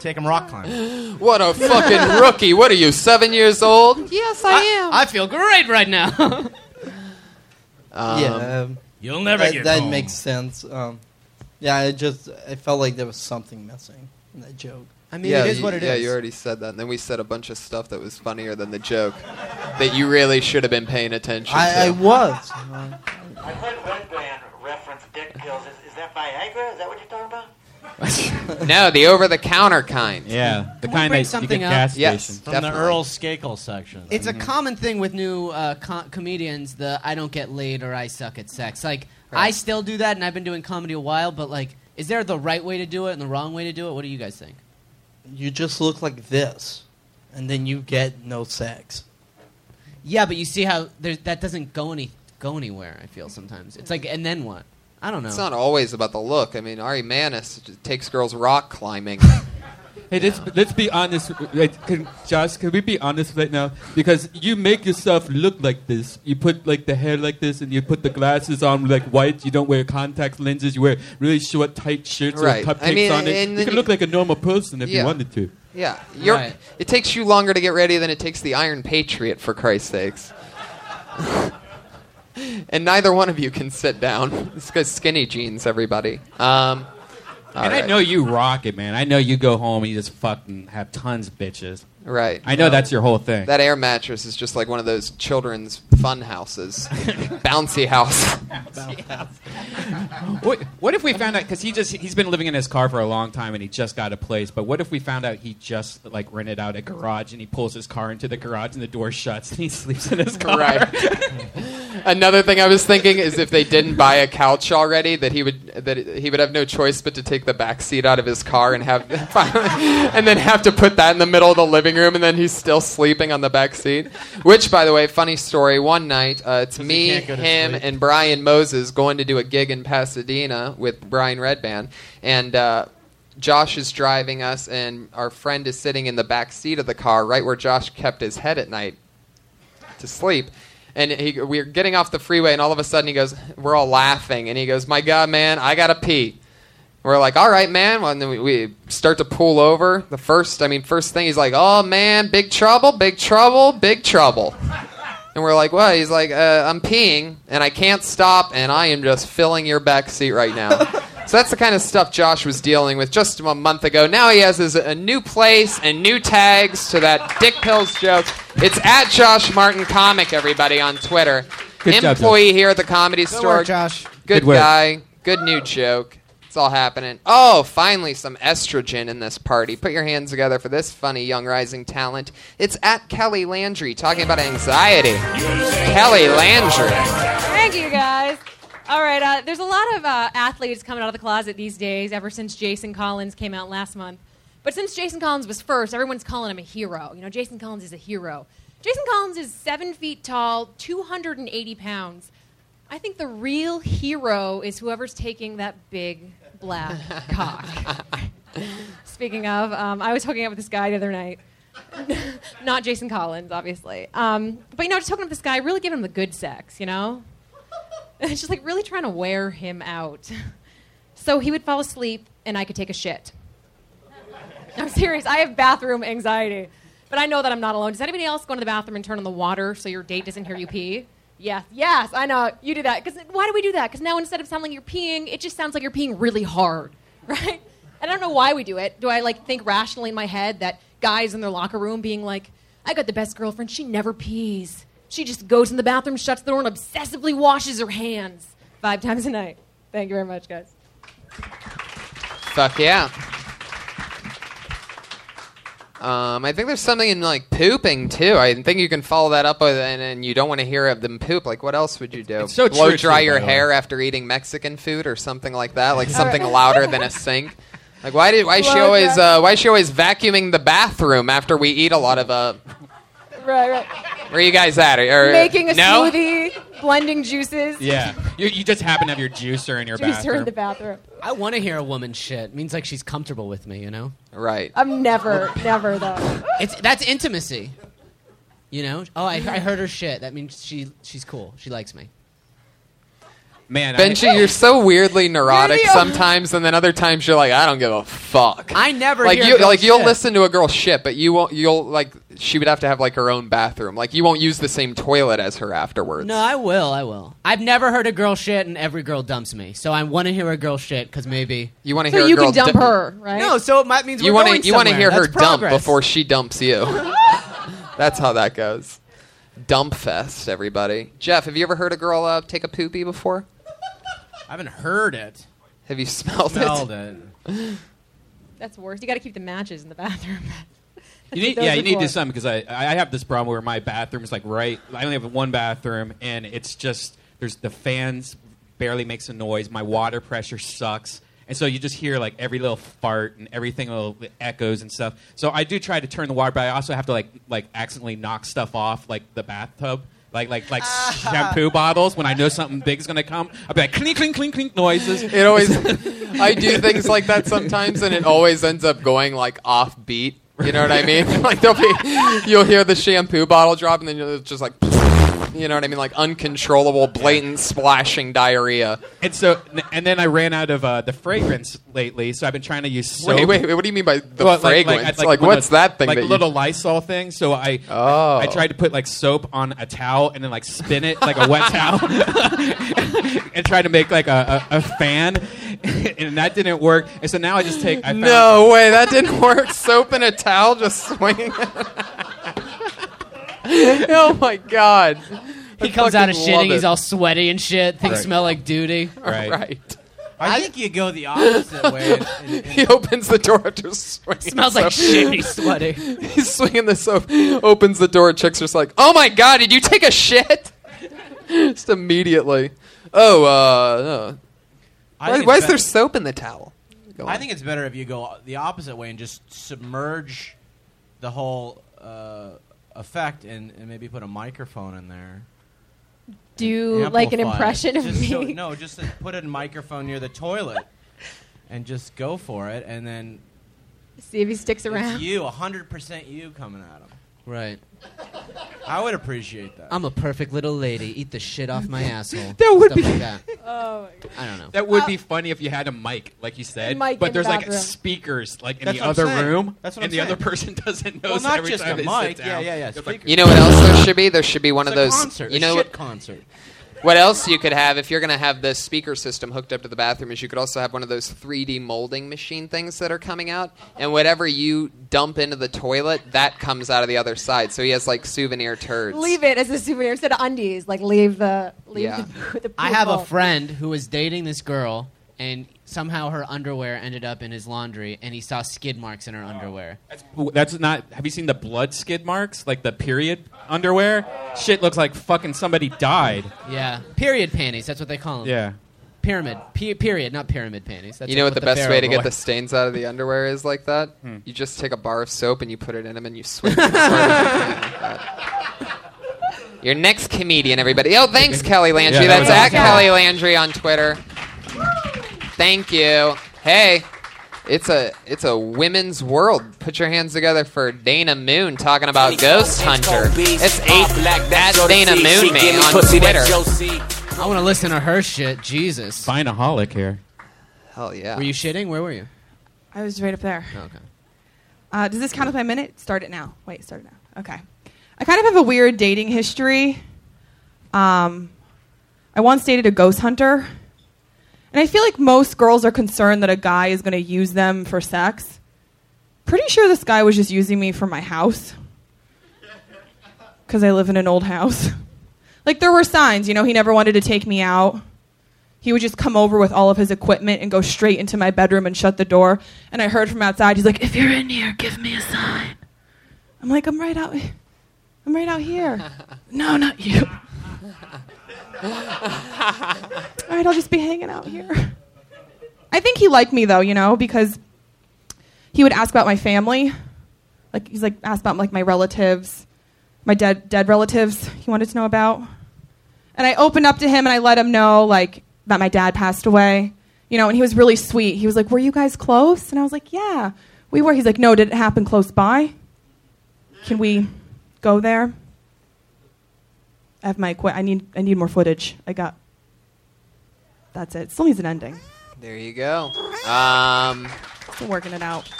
Speaker 8: Take them rock climbing.
Speaker 4: What a fucking rookie! What are you, seven years old? Yes, I,
Speaker 9: am. I feel great right now.
Speaker 4: Um,
Speaker 19: yeah. um, You'll
Speaker 2: never
Speaker 19: that,
Speaker 2: get
Speaker 19: That
Speaker 2: home.
Speaker 19: makes sense. Um, yeah, I just I felt like there was something missing in that joke.
Speaker 4: yeah,
Speaker 19: it is
Speaker 4: you-
Speaker 19: what it is.
Speaker 4: Yeah, you already said that. And then we said a bunch of stuff that was funnier than the joke that you really should have been paying attention to.
Speaker 19: I, I was.
Speaker 5: I heard Red Band reference dick pills. Is, is that Viagra? Is that what you're talking about?
Speaker 4: no, the over the counter kind.
Speaker 16: Yeah,
Speaker 9: the Can we kind bring that you something get up? gas
Speaker 4: yes,
Speaker 9: stations.
Speaker 8: From
Speaker 4: definitely.
Speaker 8: the Earl Skakel section.
Speaker 9: It's a common thing with new uh, co- comedians. The I don't get laid or I suck at sex. Like I still do that, and I've been doing comedy a while. But like, is there the right way to do it and the wrong way to do it? What do you guys think?
Speaker 19: You just look like this, and then you get no sex.
Speaker 9: Yeah, but you see how there, that doesn't go any go anywhere. I feel sometimes it's like, and then what? I don't know.
Speaker 4: It's not always about the look. I mean, Ari Manis j- takes girls rock climbing.
Speaker 3: Hey, let's, let's be honest. Like, can, Josh, can we be honest right now? Because you make yourself look like this. You put like the hair like this, and you put the glasses on like white. You don't wear contact lenses. You wear really short, tight shirts
Speaker 4: Right.
Speaker 3: with cupcakes
Speaker 4: I mean,
Speaker 3: on it.
Speaker 4: and
Speaker 3: You
Speaker 4: then
Speaker 3: can
Speaker 4: you-
Speaker 3: look like a normal person if
Speaker 4: Yeah.
Speaker 3: you wanted to.
Speaker 4: yeah, you're,
Speaker 3: Right.
Speaker 4: it takes you longer to get ready than it takes the Iron Patriot, for Christ's sakes. and neither one of you can sit down. This guy's skinny jeans, everybody. Um, all
Speaker 3: and I
Speaker 4: right.
Speaker 3: know you rock it, man. I know you go home and you just fucking have tons of bitches.
Speaker 4: Right.
Speaker 3: I know that's your whole thing.
Speaker 4: That air mattress is just like one of those children's fun houses, bouncy house.
Speaker 3: what, what if we found out? Because he just he's been living in his car for a long time and he just got a place. But what if we found out he just like rented out a garage and he pulls his car into the garage and the door shuts and he sleeps in his car?
Speaker 4: Another thing I was thinking is if they didn't buy a couch already, that he would that he would have no choice but to take the back seat out of his car and have and then have to put that in the middle of the living room, and then he's still sleeping on the back seat. Which, by the way, funny story. One night, uh, it's me,
Speaker 2: can't go to
Speaker 4: him,
Speaker 2: sleep.
Speaker 4: and Brian Moses going to do a gig in Pasadena with Brian Redband, and. Uh, Josh is driving us, and our friend is sitting in the back seat of the car, right where Josh kept his head at night to sleep. And he, we are getting off the freeway, and all of a sudden he goes, "We're all laughing," and he goes, "My God, man, I gotta pee." We're like, "All right, man." Well, and then we, we start to pull over. The first, I mean, first thing he's like, "Oh man, big trouble, big trouble, big trouble." And we're like, "What?" He's like, uh, "I'm peeing, and I can't stop, and I am just filling your back seat right now." so that's the kind of stuff Josh was dealing with just a month ago. Now he has his, a new place and new tags to that Dick Pills joke. It's at Josh Martin Comic, everybody on Twitter.
Speaker 2: Good job, Josh.
Speaker 4: Employee here at the Comedy
Speaker 2: Good
Speaker 4: Store.
Speaker 2: work, Josh.
Speaker 4: Good,
Speaker 2: Good work.
Speaker 4: guy. Good new joke. It's all happening. Oh, finally some estrogen in this party. Put your hands together for this funny young rising talent. It's at Kelly Landry talking about anxiety. Kelly Landry.
Speaker 20: Thank you, guys. All right, uh, there's a lot of uh, athletes coming out of the closet these days. Ever since Jason Collins came out last month, but since Jason Collins was first, everyone's calling him a hero. You know, Jason Collins is a hero. Jason Collins is seven feet tall, 280 pounds. I think the real hero is whoever's taking that big black cock. Speaking of, um, I was hooking up with this guy the other night. Not Jason Collins, obviously. Um, but you know, just hooking up with this guy, really giving him the good sex, you know? It's just like really trying to wear him out. So he would fall asleep and I could take a shit. I'm serious. I have bathroom anxiety. But I know that I'm not alone. Does anybody else go into the bathroom and turn on the water so your date doesn't hear you pee? Yes, yes, I know. You do that. Because why do we do that? Because now instead of sounding like you're peeing, it just sounds like you're peeing really hard, right? And I don't know why we do it. Do I like think rationally in my head that guys in their locker room being like, I got the best girlfriend. She never pees. She just goes in the bathroom, shuts the door, and obsessively washes her hands five times a night. Thank you very much, guys.
Speaker 4: Fuck yeah. Um, I think there's something in like pooping too. I think you can follow that up with, and, and you don't want to hear of them poop. Like, what else would you do?
Speaker 2: it's so
Speaker 4: Blow
Speaker 2: true,
Speaker 4: dry
Speaker 2: too,
Speaker 4: your
Speaker 2: by the way.
Speaker 4: hair after eating Mexican food or something like that. Like
Speaker 2: All
Speaker 4: something
Speaker 2: right.
Speaker 4: louder than a sink. Like why did why is she
Speaker 20: Blow
Speaker 4: always
Speaker 20: dry.
Speaker 4: uh, why is she always vacuuming the bathroom after we eat a lot of uh
Speaker 20: Right, right.
Speaker 4: where are you guys at? Are, are-
Speaker 20: Making a
Speaker 4: no?
Speaker 20: smoothie, blending juices.
Speaker 3: Er, Yeah, you, you just happen to have your juicer in your
Speaker 20: Juicer in
Speaker 3: bathroom.
Speaker 20: the bathroom.
Speaker 9: I want to hear a woman shit. It means like she's comfortable with me, you know?
Speaker 4: Right.
Speaker 20: I'm never, never though.
Speaker 9: It's that's intimacy. You know? Oh, I, I heard her shit. That means she she's cool. She likes me.
Speaker 3: Man, I-
Speaker 4: Benji, you're so weirdly neurotic
Speaker 3: You're the only-
Speaker 4: sometimes, and then other times you're like, I don't give a fuck.
Speaker 6: I never
Speaker 4: like
Speaker 6: hear
Speaker 4: you
Speaker 6: girl
Speaker 4: like you'll
Speaker 6: shit.
Speaker 4: listen to a girl shit, but you won't. You'll like she would have to have like her own bathroom. Like you won't use the same toilet as her afterwards.
Speaker 9: No, I will. I will. I've never heard a girl shit, and every girl dumps me. So I want to hear a girl shit because maybe
Speaker 4: You wanna So hear a you can girl dump dump- her,
Speaker 9: right? No, so it might means
Speaker 4: You
Speaker 9: we're
Speaker 4: want
Speaker 9: going
Speaker 4: to you want to hear
Speaker 9: somewhere.
Speaker 4: her
Speaker 9: That's
Speaker 4: dump
Speaker 9: progress.
Speaker 4: before she dumps you. That's how that goes. Dump fest, everybody. Jeff, have you ever heard a girl uh, take a poopy before?
Speaker 2: I haven't heard it.
Speaker 4: Have you smelled,
Speaker 2: Smelled
Speaker 4: it?
Speaker 20: That's worse. You got to keep the matches in the bathroom.
Speaker 3: You need, yeah, you need this something because I I have this problem where my bathroom is like right. I only have one bathroom, and it's just there's the fans barely makes a noise. My water pressure sucks, and so you just hear like every little fart and everything little echoes and stuff. So I do try to turn the water, but I also have to like like accidentally knock stuff off like the bathtub. Like like like shampoo bottles. When I know something big is gonna come, I'll be like clink clink clink clink noises.
Speaker 4: It always I do things like that sometimes, and it always ends up going like off beat. You know what I mean? like there'll be, you'll hear the shampoo bottle drop, and then you're just like, you know what I mean? Like uncontrollable, blatant splashing diarrhea.
Speaker 3: And so, and then I ran out of uh, the fragrance lately, so I've been trying to use soap.
Speaker 4: Wait, wait, wait, what do you mean by the
Speaker 3: Well,
Speaker 4: fragrance? Like,
Speaker 3: one of
Speaker 4: what's
Speaker 3: the-
Speaker 4: that thing
Speaker 3: Like
Speaker 4: that
Speaker 3: a
Speaker 4: you- Oh.
Speaker 3: little Lysol thing. So I, I, I tried to put like soap on a towel and then like spin it like a wet towel, and try to make like a, a, a fan, and that didn't work. And so now I just take. I found,
Speaker 4: No way, that didn't work. Soap and a towel just swinging. oh my god.
Speaker 9: He
Speaker 4: I
Speaker 9: comes out of
Speaker 4: fucking love
Speaker 9: shitting. He's
Speaker 4: it.
Speaker 9: all sweaty and shit. Things
Speaker 4: Right.
Speaker 9: smell like duty.
Speaker 4: Right. Right.
Speaker 9: I think you go the opposite way.
Speaker 4: He opens the door after swinging.
Speaker 9: Smells
Speaker 4: soap.
Speaker 9: like shit, he's sweaty.
Speaker 4: he's swinging the soap. Opens the door. Chicks are just like, "Oh my god, did you take a shit?" just immediately. Oh, uh,
Speaker 8: I
Speaker 4: no. why,
Speaker 8: think
Speaker 4: why
Speaker 8: it's
Speaker 4: is there
Speaker 8: better-
Speaker 4: soap in the towel? Go
Speaker 8: I
Speaker 4: on.
Speaker 8: think it's better if you go the opposite way and just submerge the whole uh, effect and, and maybe put a microphone in there.
Speaker 20: Do like an
Speaker 8: Amplify it.
Speaker 20: impression of
Speaker 8: Just
Speaker 20: me.
Speaker 8: so- no, just put a microphone near the toilet and just go for it, and then
Speaker 20: See if he sticks
Speaker 8: it's
Speaker 20: around.
Speaker 8: you, hundred percent you coming at him.
Speaker 9: Right. Um,
Speaker 8: I would appreciate that.
Speaker 9: I'm a perfect little lady. Eat the shit off my asshole.
Speaker 3: That would
Speaker 9: Stuff
Speaker 3: be-
Speaker 9: Like that.
Speaker 20: Oh my
Speaker 9: I don't know.
Speaker 3: That would be funny if you had a mic, like you
Speaker 20: A
Speaker 3: said.
Speaker 20: mic in
Speaker 3: But
Speaker 20: the
Speaker 3: there's like
Speaker 20: bathroom.
Speaker 3: speakers, like in
Speaker 8: That's
Speaker 3: the
Speaker 8: what I'm
Speaker 3: other
Speaker 8: saying.
Speaker 3: room,
Speaker 8: That's what
Speaker 3: and
Speaker 8: I'm
Speaker 3: the other
Speaker 8: saying.
Speaker 3: person doesn't know.
Speaker 8: Well,
Speaker 3: so
Speaker 8: not
Speaker 3: every
Speaker 8: just
Speaker 3: time they
Speaker 8: a
Speaker 3: sit
Speaker 8: mic. Yeah,
Speaker 3: down,
Speaker 8: yeah, yeah,
Speaker 3: it's like-
Speaker 4: You know what else there should be? There should be one
Speaker 8: It's
Speaker 4: of
Speaker 8: a
Speaker 4: those.
Speaker 8: concert,
Speaker 4: you
Speaker 8: a
Speaker 4: know
Speaker 8: shit
Speaker 4: what-
Speaker 8: concert.
Speaker 4: What else you could have if you're going to have the speaker system hooked up to the bathroom is you could also have one of those 3D molding machine things that are coming out, and whatever you dump into the toilet, that comes out of the other side. So he has like souvenir turds.
Speaker 20: Leave it as a souvenir instead of undies. Like leave the leave
Speaker 4: Yeah.
Speaker 20: the, the
Speaker 9: I have a
Speaker 20: poop
Speaker 9: friend who was dating this girl, and somehow her underwear ended up in his laundry, and he saw skid marks in her underwear.
Speaker 3: Ooh, That's not. Have you seen the blood skid marks, like the period underwear? Shit looks like fucking somebody died.
Speaker 9: Yeah, period panties. That's what they call them.
Speaker 3: Yeah.
Speaker 9: Pyramid. Pe- period, not pyramid panties. That's
Speaker 4: you know what
Speaker 9: what
Speaker 4: the, best way to get
Speaker 9: pharaoh
Speaker 4: the stains out of the underwear is like that?
Speaker 6: Hmm.
Speaker 4: You just take a bar of soap and you put it in them and you swing. it. Like that. Your next comedian, everybody. Oh, thanks, Kelly Landry.
Speaker 6: Yeah, that
Speaker 4: That's at
Speaker 6: was awesome.
Speaker 4: Kelly Landry on Twitter. Thank you. Hey, it's a it's a women's world. Put your hands together for Dana Moon talking about Ghost Hunter. It's eight at Dana Moon man on Twitter.
Speaker 9: I want to listen to her shit. Jesus.
Speaker 3: Finaholic here.
Speaker 4: Hell yeah.
Speaker 9: Were you shitting? Where were you? Oh,
Speaker 6: I was right up there.
Speaker 9: Okay.
Speaker 6: Uh, does this count as my minute? Start it now. Wait, start it now. Okay. I kind of have a weird dating history. Um, I once dated a ghost hunter, and I feel like most girls are concerned that a guy is going to use them for sex. Pretty sure this guy was just using me for my house because I live in an old house. like, there were signs, you know, he never wanted to take me out. He would just come over with all of his equipment and go straight into my bedroom and shut the door. And I heard from outside, he's like, If you're in here, give me a sign. I'm like, I'm right out. I'm right out here. no, not you. All right, I'll just be hanging out here. I think he liked me though, you know, because he would ask about my family. Like he's like asked about like my relatives, my dead dead relatives he wanted to know about. And I opened up to him and I let him know like that my dad passed away. You know, and he was really sweet. He was like, "Were you guys close?" And I was like, "Yeah, we were." He's like, "No, did it happen close by? Can we go there?" I have my equi- I need I need more footage. I got That's it. Still needs an ending.
Speaker 4: There you go. Um,
Speaker 6: Still working it out.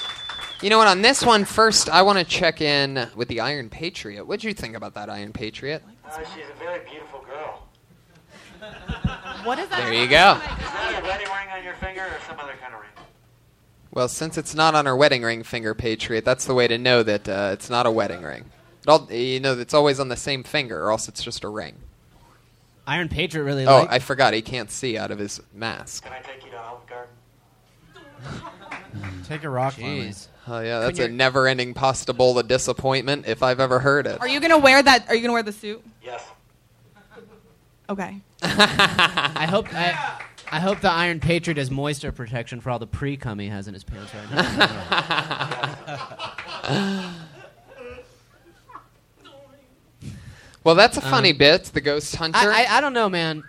Speaker 4: you know what? On this one, first, I want to check in with the Iron Patriot. What'd you think about that Iron Patriot?
Speaker 5: Uh, she's a very beautiful girl.
Speaker 6: What is
Speaker 5: that?
Speaker 4: There you go.
Speaker 5: Is that a wedding ring on your finger or some other kind of ring?
Speaker 4: Well, since it's not on her wedding ring finger, Patriot, that's the way to know that uh, it's not a wedding ring. It all, you know, it's always on the same finger, or else it's just a ring.
Speaker 9: Iron Patriot really.
Speaker 4: oh,
Speaker 9: liked-
Speaker 4: I forgot. He can't see out of his mask.
Speaker 5: Can I take you to Olive Garden?
Speaker 8: Take a rock. Lemmy.
Speaker 4: Oh yeah, that's a
Speaker 6: you're-
Speaker 4: never-ending pasta bowl of disappointment if I've ever heard it.
Speaker 6: Are you gonna wear that? Are you gonna wear the suit?
Speaker 5: Yes.
Speaker 6: Okay.
Speaker 9: I hope I, I hope the Iron Patriot has moisture protection for all the pre cum he has in his pants right now.
Speaker 4: Well, that's a funny
Speaker 9: Um,
Speaker 4: bit. The ghost hunter.
Speaker 9: I, I, I don't know, man.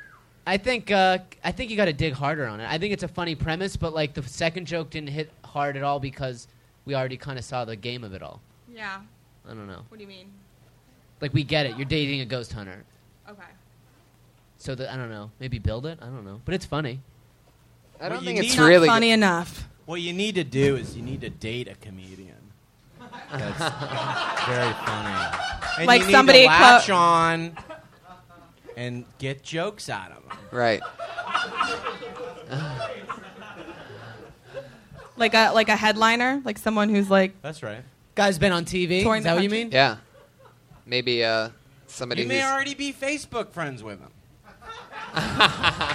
Speaker 9: I think uh, I think you got to dig harder on it. I think it's a funny premise, but like the second joke didn't hit hard at all because we already kind of saw the game of it all.
Speaker 6: Yeah.
Speaker 9: I don't know.
Speaker 6: What do you mean?
Speaker 9: Like we get it. You're dating a ghost hunter,
Speaker 6: Okay.
Speaker 9: so that I don't know. Maybe build it. I don't know, but it's funny.
Speaker 4: I
Speaker 9: don't
Speaker 8: What
Speaker 9: think
Speaker 8: you
Speaker 9: it's
Speaker 8: need-
Speaker 9: really funny enough.
Speaker 8: What you need to do is you need to date a comedian. That's very funny. And
Speaker 6: Like
Speaker 8: you need
Speaker 6: somebody
Speaker 8: to
Speaker 6: clo-
Speaker 8: latch on and get jokes out of them.
Speaker 4: Right.
Speaker 6: Like a like a headliner, like someone who's like
Speaker 8: That's right.
Speaker 9: Guy's been on TV.
Speaker 6: Touring
Speaker 9: is
Speaker 6: the
Speaker 9: that what you
Speaker 6: country.
Speaker 9: mean?
Speaker 4: Yeah. Maybe uh, somebody
Speaker 8: You may
Speaker 4: who's-
Speaker 8: already be Facebook friends with him.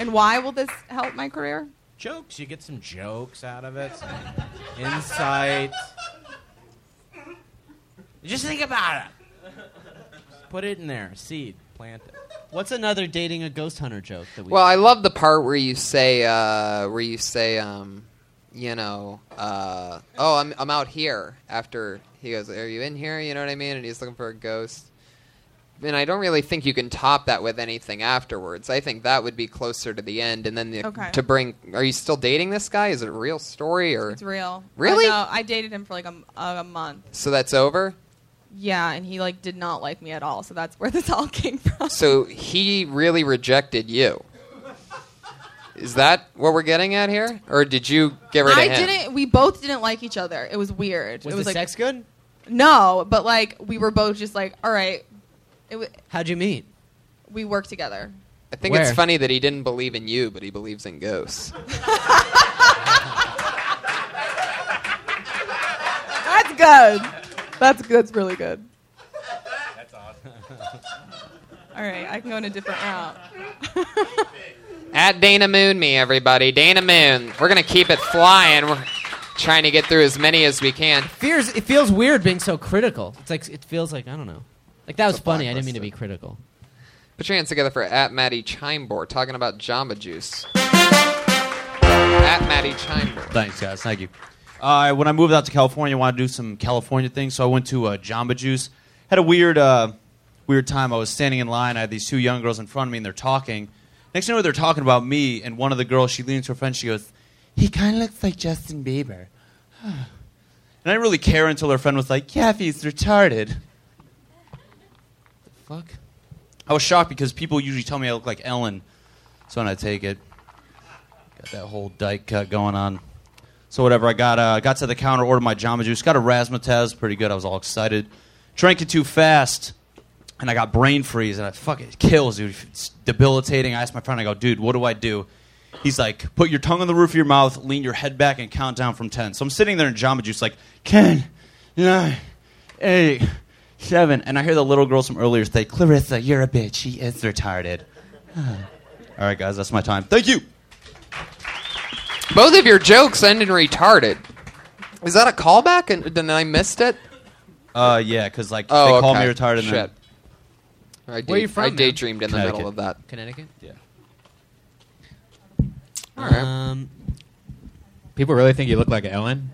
Speaker 6: And why will this help my career?
Speaker 8: jokes. You get some jokes out of it, some insight. Just think about it. Put it in there. Seed. Plant it.
Speaker 9: What's another dating a ghost hunter joke that we?
Speaker 4: Well, I love the part where you say, uh, where you say, um, you know, uh, oh, I'm, I'm out here. After he goes, are you in here? You know what I mean? And he's looking for a ghost. And I don't really think you can top that with anything afterwards. I think that would be closer to the end. And then the,
Speaker 6: Okay.
Speaker 4: to bring, are you still dating this guy? Is it a real story or?
Speaker 6: It's real.
Speaker 4: Really?
Speaker 6: I, know. I dated him for like a, m- a month.
Speaker 4: So that's over.
Speaker 6: Yeah, and he like did not like me at all. So that's where this all came from.
Speaker 4: so he really rejected you. Is that what we're getting at here, or did you get rid of
Speaker 6: I
Speaker 4: him?
Speaker 6: didn't. We both didn't like each other. It was weird.
Speaker 9: Was
Speaker 6: it was
Speaker 9: the
Speaker 6: like,
Speaker 9: sex good?
Speaker 6: No, but like we were both just like, all right. It w-
Speaker 9: How'd you meet?
Speaker 6: we worked together.
Speaker 4: I think it's
Speaker 9: Where?
Speaker 4: funny that he didn't believe in you, but he believes in ghosts.
Speaker 6: That's good. That's good. That's really good.
Speaker 16: That's awesome.
Speaker 6: All right, I can go in a different route.
Speaker 4: At Dana Moon, me everybody, Dana Moon. We're gonna keep it flying. We're trying to get through as many as we can.
Speaker 9: Fears. It feels weird being so critical. It's like it feels like I don't know. Like that was funny. I didn't mean to be critical.
Speaker 4: Put your hands together for at Maddie Chimebor talking about Jamba Juice. At Maddie Chimebor.
Speaker 7: Thanks, guys. Thank you. Uh, when I moved out to California, I wanted to do some California things, so I went to uh, Jamba Juice. Had a weird, uh, weird time. I was standing in line. I had these two young girls in front of me, and they're talking. Next thing I know, they're talking about me, and one of the girls, she leans to her friend, she goes, He kind of looks like Justin Bieber. and I didn't really care until her friend was like, "Yeah, if he's retarded."
Speaker 9: Fuck.
Speaker 7: I was shocked because people usually tell me I look like Ellen, so when I take it, got that whole dyke cut going on. So whatever, I got uh, got to the counter, ordered my Jamba Juice, got a Razzmatazz, pretty good. I was all excited, drank it too fast, and I got brain freeze, and I fuck it kills, dude. It's debilitating. I asked my friend, I go, dude, what do I do? He's like, put your tongue on the roof of your mouth, lean your head back, and count down from ten. So I'm sitting there in Jamba Juice, like ten, nine, eight, seven, and I hear the little girls from earlier say, Clarissa, you're a bitch. She is retarded. All right, guys, that's my time. Thank you.
Speaker 4: Both of your jokes end in retarded. Is that a callback? And then I missed it.
Speaker 7: Uh, yeah, because like
Speaker 4: Oh,
Speaker 7: they call
Speaker 4: okay.
Speaker 7: me retarded. And
Speaker 4: Shit.
Speaker 7: then
Speaker 4: I
Speaker 7: Where you
Speaker 4: day-
Speaker 7: from,
Speaker 4: I
Speaker 7: man?
Speaker 4: daydreamed in the middle of that.
Speaker 9: Connecticut.
Speaker 7: Yeah.
Speaker 4: All right.
Speaker 9: Um,
Speaker 3: People really think you look like Ellen?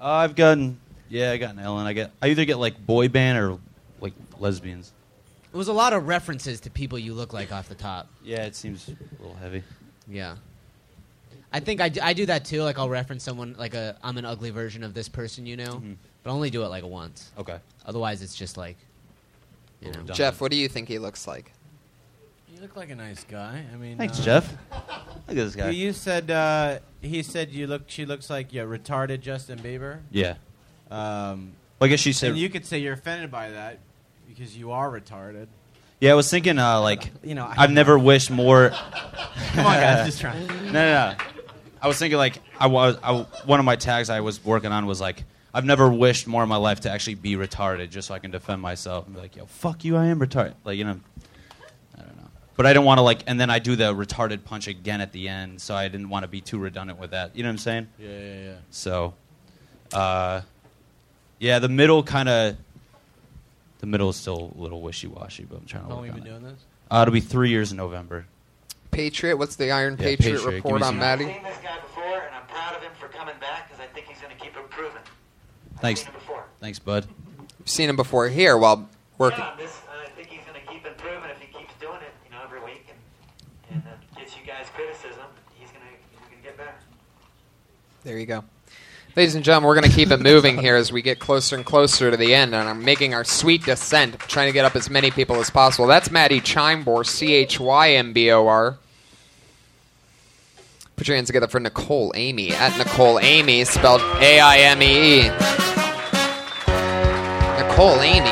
Speaker 7: Uh, I've gotten yeah, I got an Ellen. I get I either get like boy band or like lesbians.
Speaker 9: It was a lot of references to people you look like off the top.
Speaker 7: Yeah, it seems a little heavy.
Speaker 9: Yeah. I think I do, I do that too. Like I'll reference someone like a I'm an ugly version of this person, you know, but I only do it like once.
Speaker 7: Mm-hmm. Okay.
Speaker 9: Otherwise, it's just like, you know,
Speaker 4: Jeff, what do you think he looks like?
Speaker 8: You look like a nice guy. I mean, uh,
Speaker 7: Thanks, Jeff. Look at this guy.
Speaker 8: You said uh, he said you look. She looks like yeah, retarded Justin Bieber.
Speaker 7: Yeah.
Speaker 8: Um,
Speaker 7: Well, I guess she said-
Speaker 8: And you could say you're offended by that because you are retarded.
Speaker 7: Yeah, I was thinking, uh, like,
Speaker 8: You know, I-
Speaker 7: I've never wished more.
Speaker 8: Come on, guys, just try.
Speaker 7: No, no, no. I was thinking, like, I was I, one of my tags I was working on was like, I've never wished more in my life to actually be retarded, just so I can defend myself and be like, yo, fuck you, I am retarded. Like, you know, I don't know. But I didn't want to like, and then I do the retarded punch again at the end, so I didn't want to be too redundant with that. You know what I'm saying?
Speaker 8: Yeah, yeah, yeah.
Speaker 7: So, uh, yeah, the middle kind of, the middle is still a little wishy-washy, but I'm trying to.
Speaker 8: How long
Speaker 7: work
Speaker 8: you
Speaker 7: on
Speaker 8: been
Speaker 7: it.
Speaker 8: doing this?
Speaker 7: Uh, it'll be three years in November.
Speaker 4: Patriot, what's the Iron
Speaker 7: Yeah,
Speaker 4: Patriot,
Speaker 7: Patriot, give
Speaker 4: report
Speaker 7: me
Speaker 4: on
Speaker 7: some-
Speaker 4: Maddie?
Speaker 5: I've seen this guy before, and I'm proud of him for coming back because I think he's going to keep improving.
Speaker 7: Thanks. Thanks, bud.
Speaker 4: We've seen him before here while working.
Speaker 5: Yeah, this, I think he's going to keep improving if he keeps doing it, you know, every week and, and uh, gets you guys criticism. He's going to he's gonna get better.
Speaker 4: There you go. Ladies and gentlemen, we're going to keep it moving here as we get closer and closer to the end, and I'm making our sweet descent, trying to get up as many people as possible. That's Maddie Chimbor, C H Y M B O R. Put your hands together for Nicole Amy at Nicole Amy, spelled A I M E E. Nicole Amy.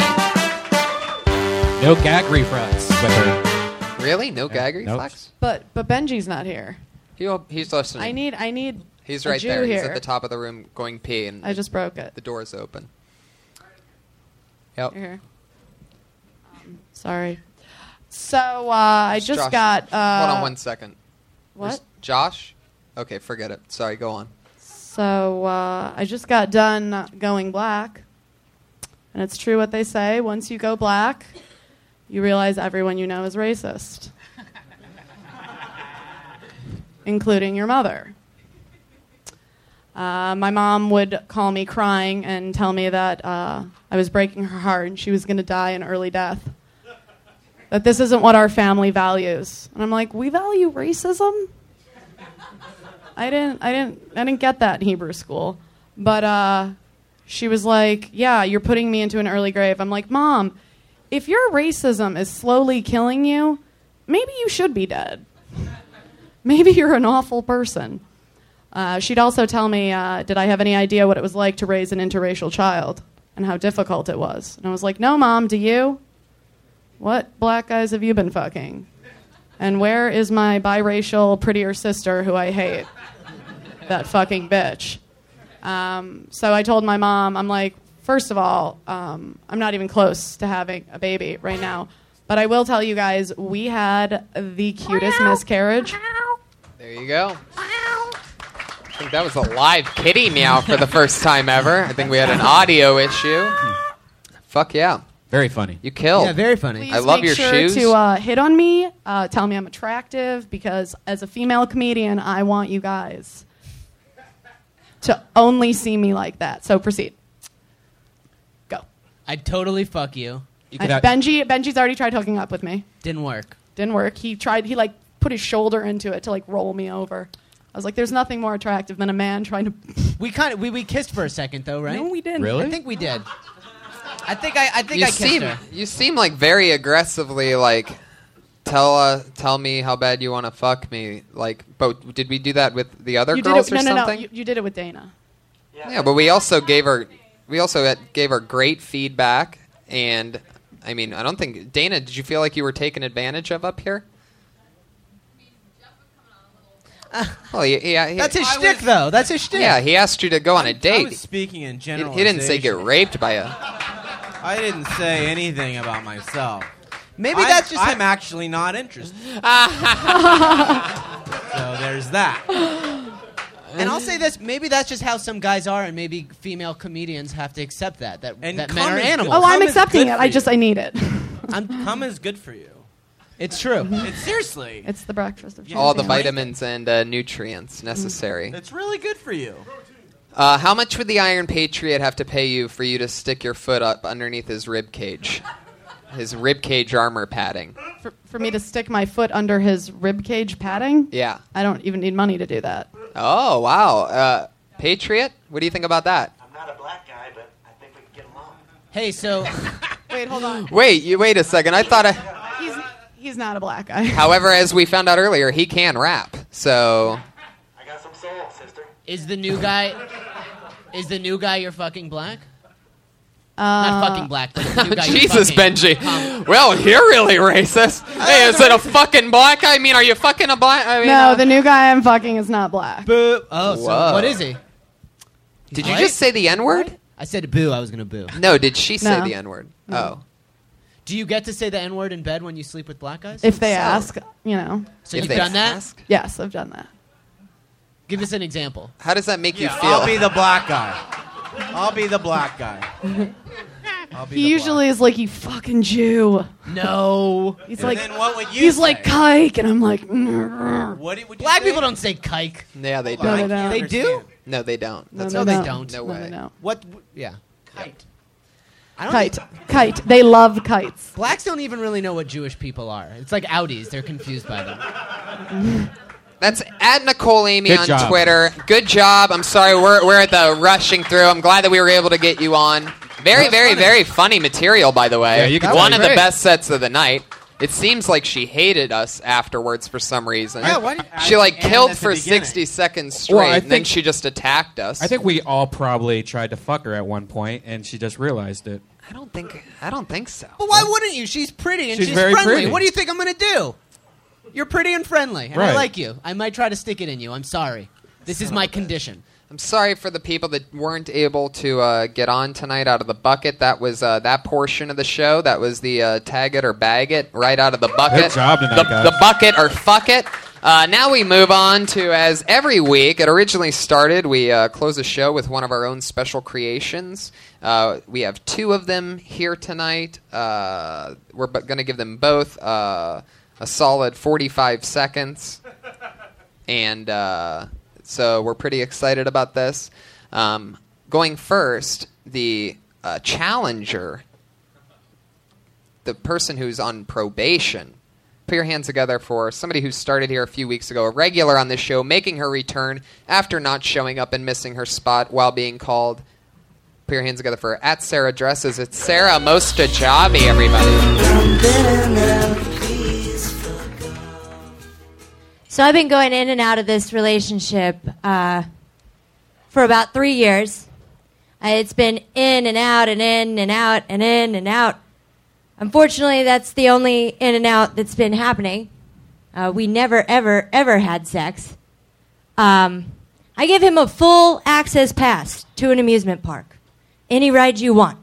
Speaker 3: No gag reflex with her.
Speaker 4: Really? No gag
Speaker 3: Nope.
Speaker 4: reflex?
Speaker 11: But but Benji's not here.
Speaker 4: He'll, he's listening.
Speaker 11: I need I need.
Speaker 4: He's
Speaker 11: a
Speaker 4: right
Speaker 11: Jew
Speaker 4: there.
Speaker 11: Here.
Speaker 4: He's at the top of the room going pee, and
Speaker 11: I just broke it.
Speaker 4: The door's open. Yep.
Speaker 11: You're here. Um, sorry. So uh, I just got. Uh,
Speaker 4: Hold on one second.
Speaker 11: what?
Speaker 4: Where's Josh? Okay, forget it. Sorry, go on.
Speaker 11: So uh, I just got done going black, and it's true what they say. Once you go black, you realize everyone you know is racist, including your mother. Uh, my mom would call me crying and tell me that uh, I was breaking her heart and she was going to die an early death. That this isn't what our family values. And I'm like, we value racism? I didn't I didn't I didn't get that in Hebrew school. But uh she was like, "Yeah, you're putting me into an early grave." I'm like, "Mom, if your racism is slowly killing you, maybe you should be dead. maybe you're an awful person." Uh, she'd also tell me, uh, "Did I have any idea what it was like to raise an interracial child and how difficult it was?" And I was like, "No, mom, do you? What black guys have you been fucking?" And where is my biracial, prettier sister who I hate? that fucking bitch. Um, so I told my mom, I'm like, first of all, um, I'm not even close to having a baby right now. But I will tell you guys, we had the cutest miscarriage.
Speaker 4: There you go. I think that was a live kitty meow for the first time ever. I think we had an audio issue. Fuck yeah.
Speaker 3: Very funny.
Speaker 4: You killed.
Speaker 9: Yeah, very funny.
Speaker 11: Please
Speaker 4: I love
Speaker 11: make
Speaker 4: your
Speaker 11: sure
Speaker 4: shoes.
Speaker 11: to uh, hit on me, uh, tell me I'm attractive, because as a female comedian, I want you guys to only see me like that. So proceed.
Speaker 9: I'd totally fuck you. You
Speaker 11: Uh, Benji, Benji's already tried hooking up with me.
Speaker 9: Didn't work.
Speaker 11: Didn't work. He tried. He like put his shoulder into it to like roll me over. I was like, "There's nothing more attractive than a man trying to."
Speaker 9: We kind of we, we kissed for a second though, right?
Speaker 11: No, we didn't.
Speaker 9: I think we did. I think I I think
Speaker 4: you
Speaker 9: I kissed
Speaker 4: seem
Speaker 9: her.
Speaker 4: you seem like very aggressively like tell uh, tell me how bad you want to fuck me. Like, but did we do that with the other
Speaker 11: you
Speaker 4: girls
Speaker 11: did it.
Speaker 4: or
Speaker 11: no, no,
Speaker 4: something?
Speaker 11: no. You, you did it with Dana.
Speaker 4: Yeah, but we also gave her we also had- gave her great feedback, and I mean, I don't think Dana, did you feel like you were taken advantage of up here? Well, yeah, yeah,
Speaker 9: That's his shtick, though. That's his shtick.
Speaker 4: Yeah, he asked you to go on a date.
Speaker 8: was speaking in
Speaker 4: He- He didn't say get raped by uh, a.
Speaker 8: I didn't say anything about myself.
Speaker 9: Maybe
Speaker 8: I'm-
Speaker 9: that's just
Speaker 8: I'm
Speaker 9: him-
Speaker 8: actually not interested. so there's that.
Speaker 9: And I'll say this: maybe that's just how some guys are, and maybe female comedians have to accept that that, that men
Speaker 8: cum
Speaker 9: are
Speaker 8: is good-
Speaker 9: animals.
Speaker 11: Oh, I'm accepting it. I just I need it.
Speaker 9: I'm,
Speaker 8: cum is good for you.
Speaker 9: It's true.
Speaker 8: It's seriously.
Speaker 11: It's the breakfast of
Speaker 4: all the
Speaker 11: champions.
Speaker 4: vitamins and uh, nutrients necessary.
Speaker 8: It's really good for you.
Speaker 4: Uh, how much would the Iron Patriot have to pay you for you to stick your foot up underneath his rib cage, his rib cage armor padding?
Speaker 11: For, for me to stick my foot under his rib cage padding,
Speaker 4: Yeah.
Speaker 11: I don't even need money to do that.
Speaker 4: Oh wow, uh, Patriot, what do you think about that?
Speaker 9: Hey, so
Speaker 11: wait, hold on.
Speaker 4: Wait, you wait a second. I thought I.
Speaker 11: He's, he's He's not a black guy.
Speaker 4: However, as we found out earlier, he can rap. So
Speaker 9: Is the new guy? Is the new guy you're fucking black?
Speaker 11: Uh,
Speaker 9: Not fucking black. But the new guy you're
Speaker 4: Jesus,
Speaker 9: fucking.
Speaker 4: Benji. Well, you're really racist. Hey, is it a fucking black? I mean, are you fucking a black? I mean,
Speaker 11: No,
Speaker 4: uh,
Speaker 11: the new guy I'm fucking is not black.
Speaker 9: Oh,
Speaker 4: Whoa.
Speaker 9: so what is he?
Speaker 4: Did you just say the N word?
Speaker 9: I said boo. I was gonna boo.
Speaker 4: No, did she say
Speaker 9: No.
Speaker 4: the N word?
Speaker 9: No.
Speaker 4: Oh,
Speaker 9: Do you get to say the N word in bed when you sleep with black guys?
Speaker 11: If they ask, you know.
Speaker 9: So If you've they done that? ask?
Speaker 11: Yes, I've done that.
Speaker 9: Give us an example.
Speaker 4: how does that make you feel?
Speaker 8: I'll be the black guy. I'll be the black guy. I'll be
Speaker 11: He usually is like, you fucking Jew.
Speaker 9: No.
Speaker 11: He's
Speaker 8: And
Speaker 11: like,
Speaker 8: then what would you
Speaker 11: he's
Speaker 8: say?
Speaker 11: like kike, and I'm like, "Mm."
Speaker 8: What would
Speaker 9: Black people don't say kike.
Speaker 4: Yeah, they
Speaker 11: No,
Speaker 4: don't.
Speaker 11: they don't.
Speaker 9: They do?
Speaker 4: No, they don't.
Speaker 11: No,
Speaker 4: That's
Speaker 11: they
Speaker 4: what-
Speaker 11: don't. No,
Speaker 4: No
Speaker 11: they
Speaker 4: way.
Speaker 11: don't.
Speaker 9: What? Yeah. Kite. I don't
Speaker 11: kite, kite. They love kites.
Speaker 9: Blacks don't even really know what Jewish people are. It's like Audis. They're confused by them.
Speaker 4: That's at Nicole Amy
Speaker 9: Good
Speaker 4: on
Speaker 9: job.
Speaker 4: Twitter. Good job. I'm sorry we're we're at the rushing through. I'm glad that we were able to get you on. Very very very funny material by the way.
Speaker 3: Yeah, you can
Speaker 4: One
Speaker 3: tell.
Speaker 4: of the
Speaker 3: Great.
Speaker 4: best sets of the night. It seems like she hated us afterwards for some reason.
Speaker 3: Yeah, why did-
Speaker 4: she like
Speaker 3: I- I-
Speaker 4: killed
Speaker 3: at the
Speaker 4: for
Speaker 3: beginning.
Speaker 4: 60 seconds straight
Speaker 3: I
Speaker 4: and then
Speaker 3: think-
Speaker 4: she just attacked us.
Speaker 3: I think we all probably tried to fuck her at one point, and she just realized it.
Speaker 4: I don't think I don't think so.
Speaker 9: But why wouldn't you? She's pretty and
Speaker 3: She's
Speaker 9: she's,
Speaker 3: very
Speaker 9: friendly.
Speaker 3: pretty.
Speaker 9: What do you think I'm gonna do? You're pretty and friendly, and I
Speaker 4: Right.
Speaker 9: like you. I might try to stick it in you. I'm sorry. This is
Speaker 4: Son
Speaker 9: my
Speaker 4: of a bitch.
Speaker 9: condition.
Speaker 4: I'm sorry for the people that weren't able to uh, get on tonight out of the bucket. That was uh, that portion of the show. That was the uh, tag it or bag it right out of the bucket.
Speaker 3: Good job tonight,
Speaker 4: the,
Speaker 3: guys.
Speaker 4: the bucket or fuck it. Uh, now we move on to as every week it originally started. We uh, close the show with one of our own special creations. Uh, we have two of them here tonight. Uh, we're going to give them both uh, a solid 45 seconds and uh, so we're pretty excited about this. Um, going first, the uh, challenger, the person who's on probation. Put your hands together for somebody who started here a few weeks ago, a regular on this show, making her return after not showing up and missing her spot while being called. Put your hands together for at Sarah Dresses. It's Sarah Mostajabi, everybody.
Speaker 12: So I've been going in and out of this relationship uh, for about three years. Uh, It's been in and out and in and out and in and out. Unfortunately, that's the only in and out that's been happening. Uh, we never, ever, ever had sex. Um, I give him a full access pass to an amusement park. Any ride you want.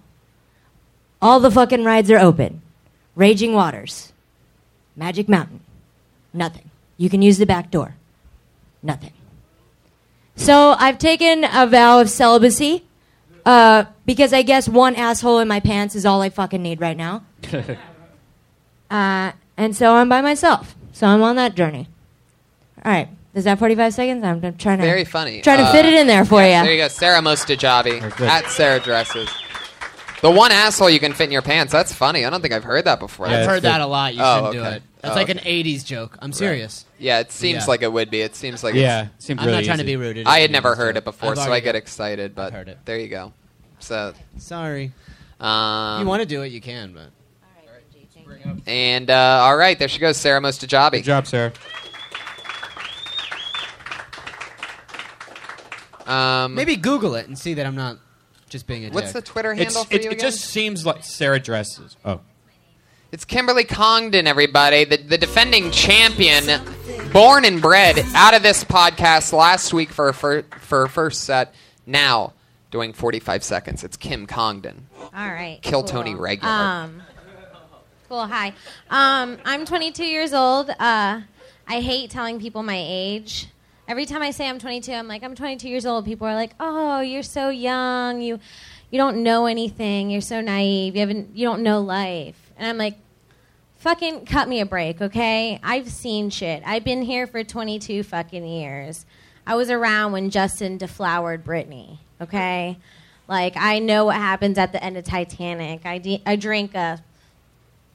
Speaker 12: All the fucking rides are open. Raging Waters, Magic Mountain, nothing. You can use the back door. Nothing. So I've taken a vow of celibacy uh, because I guess one asshole in my pants is all I fucking need right now. Uh, and so I'm by myself. So I'm on that journey. All right. Is that 45 seconds? I'm, I'm trying to
Speaker 4: Very funny.
Speaker 12: Trying to
Speaker 4: Uh,
Speaker 12: fit it in there for
Speaker 4: yeah,
Speaker 12: you.
Speaker 4: There you go, Sarah Mostajabi at Sarah Dresses. The one asshole you can fit in your pants. That's funny. I don't think I've heard that before.
Speaker 9: I've heard that a lot. You
Speaker 4: Oh,
Speaker 9: shouldn't
Speaker 4: okay.
Speaker 9: do it. That's
Speaker 4: Oh,
Speaker 9: like
Speaker 4: okay.
Speaker 9: an '80s joke. I'm serious.
Speaker 4: Yeah, it seems
Speaker 9: Yeah.
Speaker 4: like it would be. It seems like
Speaker 3: Yeah,
Speaker 4: It's,
Speaker 3: seems
Speaker 9: I'm not really trying to easy. be rude. It
Speaker 4: I
Speaker 9: is
Speaker 4: had
Speaker 9: an
Speaker 4: never
Speaker 9: easy
Speaker 4: heard it
Speaker 9: joke.
Speaker 4: before,
Speaker 9: I've
Speaker 4: so I
Speaker 9: already
Speaker 4: get
Speaker 9: got-
Speaker 4: excited. But
Speaker 9: heard it.
Speaker 4: there you go. So
Speaker 9: Sorry.
Speaker 4: um,
Speaker 9: you want to do it, you can, but
Speaker 4: And uh, all right, there she goes, Sarah Mostajabi. Good
Speaker 3: job, Sarah.
Speaker 4: Um,
Speaker 9: maybe Google it and see that I'm not just being a.
Speaker 4: What's
Speaker 9: dick.
Speaker 4: the Twitter handle
Speaker 3: It's-
Speaker 4: for
Speaker 3: it,
Speaker 4: you
Speaker 3: it
Speaker 4: again?
Speaker 3: just seems like Sarah dresses. Oh,
Speaker 4: It's Kimberly Congdon, everybody, the, the defending champion, born and bred out of this podcast last week for her, fir- for her first set. Now doing 45 seconds. It's Kim Congdon.
Speaker 21: All right.
Speaker 4: Kill Tony regular.
Speaker 21: Um, cool. Hi. Um, I'm 22 years old. Uh, I hate telling people my age. Every time I say I'm 22, I'm like, I'm 22 years old. People are like, Oh, you're so young. You, you don't know anything. You're so naive. You haven't. You don't know life. And I'm like, fucking cut me a break, okay? I've seen shit. I've been here for 22 fucking years. I was around when Justin deflowered Britney, okay? Like, I know what happens at the end of Titanic. I, de- I drink a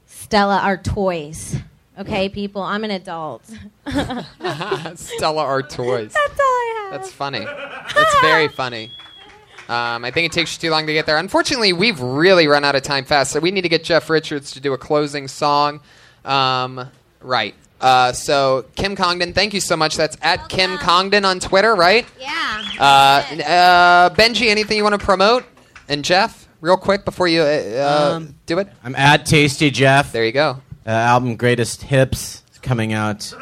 Speaker 21: Stella Artois, okay, people? I'm an adult.
Speaker 4: Stella Artois. That's That's funny. That's very funny. Um, I think it takes you too long to get there. Unfortunately, we've really run out of time fast, so we need to get Jeff Richards to do a closing song. Um, right. Uh, so Kim Congdon, thank you so much. That's at Kim Congdon on Twitter, right?
Speaker 21: Yeah.
Speaker 4: Uh, uh, Benji, anything you want to promote? And Jeff, real quick before you uh,
Speaker 22: Um,
Speaker 4: do it.
Speaker 22: I'm at Tasty Jeff. There
Speaker 4: you go.
Speaker 22: Uh, album Greatest Hips is coming out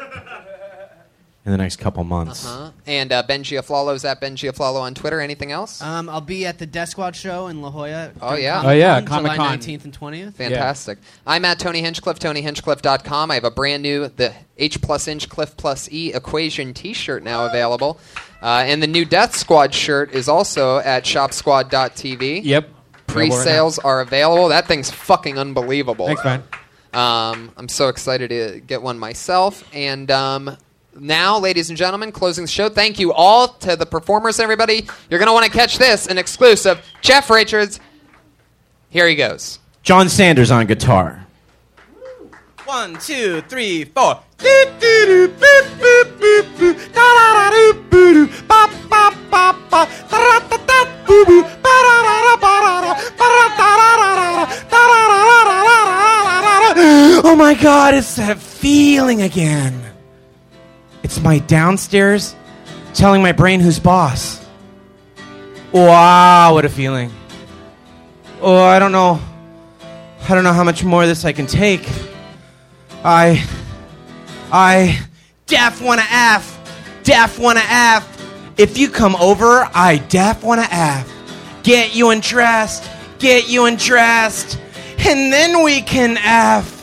Speaker 22: in the next couple months.
Speaker 4: Uh-huh. And uh, Benji Aflalo's at Benji Aflalo on Twitter. Anything else?
Speaker 9: Um, I'll be at the Death Squad show in La Jolla.
Speaker 4: Oh yeah.
Speaker 9: July 19th and 20th.
Speaker 4: Fantastic. I'm at Tony Hinchcliffe, TonyHinchcliffe.com. I have a brand new the H plus Hinchcliffe plus E equation T-shirt now available, uh, and the new Death Squad shirt is also at ShopSquad.tv.
Speaker 3: Yep.
Speaker 4: Pre-sales are available. That thing's fucking unbelievable.
Speaker 3: Thanks, man.
Speaker 4: Um, I'm so excited to get one myself. And um, now, ladies and gentlemen, closing the show. Thank you all to the performers, everybody. You're going to want to catch this an exclusive. Jeff Richards. Here he goes.
Speaker 22: John Sanders on guitar.
Speaker 2: One, two, three, four. Doot, doo, doo, boop, boop, boop, boop. Da, da, da, doo, boo, doo. Ba, ba, ba, ba. Da, da, da, da, boo, boo. Ba, da, da, da, ba, da, da. Ba, da, da, da, da, da, da. Da, da, da, da, da, da, da, da, da, da.
Speaker 8: Oh my god, it's that feeling again. It's my downstairs telling my brain who's boss. Wow, what a feeling. Oh, I don't know. I don't know how much more of this I can take. I. I. Def wanna F. Def wanna F. If you come over, I def wanna F. Get you undressed. Get you undressed. And then we can F.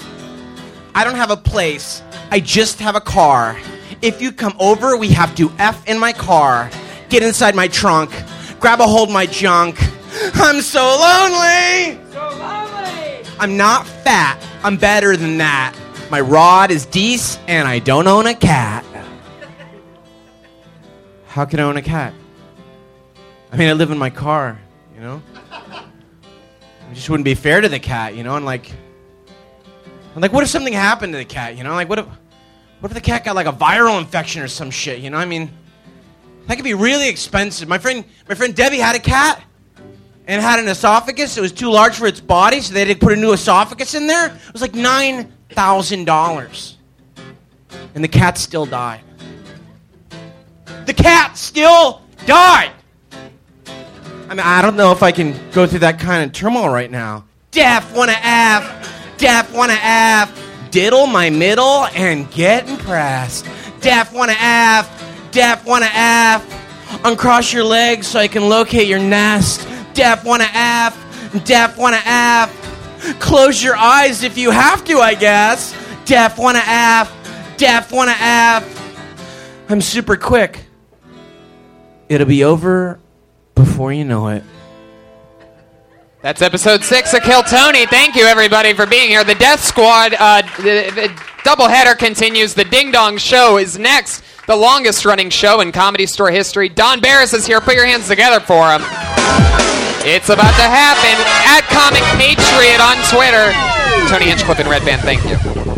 Speaker 8: I don't have a place. I just have a car. If you come over, we have to F in my car. Get inside my trunk. Grab a hold my junk. I'm so lonely. I'm not fat. I'm better than that. My rod is Dees, and I don't own a cat. How can I own a cat? I mean, I live in my car, you know? It just wouldn't be fair to the cat, you know? And like, I'm like, what if something happened to the cat, you know? Like, what if, what if the cat got like a viral infection or some shit, you know? I mean, that could be really expensive. My friend, my friend Debbie had a cat and had an esophagus. It was too large for its body, so they had to put a new esophagus in there. It was like nine thousand dollars, and the cat still died. The cat still died. I mean, I don't know if I can go through that kind of turmoil right now. Def wanna F, Def wanna F, diddle my middle and get impressed. Def wanna F, Def wanna F, uncross your legs so I can locate your nest. Def wanna F, Def wanna F, close your eyes if you have to, I guess. Def wanna F, Def wanna F. I'm super quick. It'll be over before you know it.
Speaker 4: That's episode six of Kill Tony. Thank you, everybody, for being here. The Death Squad uh, d- d- doubleheader continues. The Ding Dong Show is next, the longest running show in comedy store history. Don Barris is here. Put your hands together for him. It's about to happen. At Comic Patriot on Twitter. Tony Hinchcliffe and Red Band, thank you.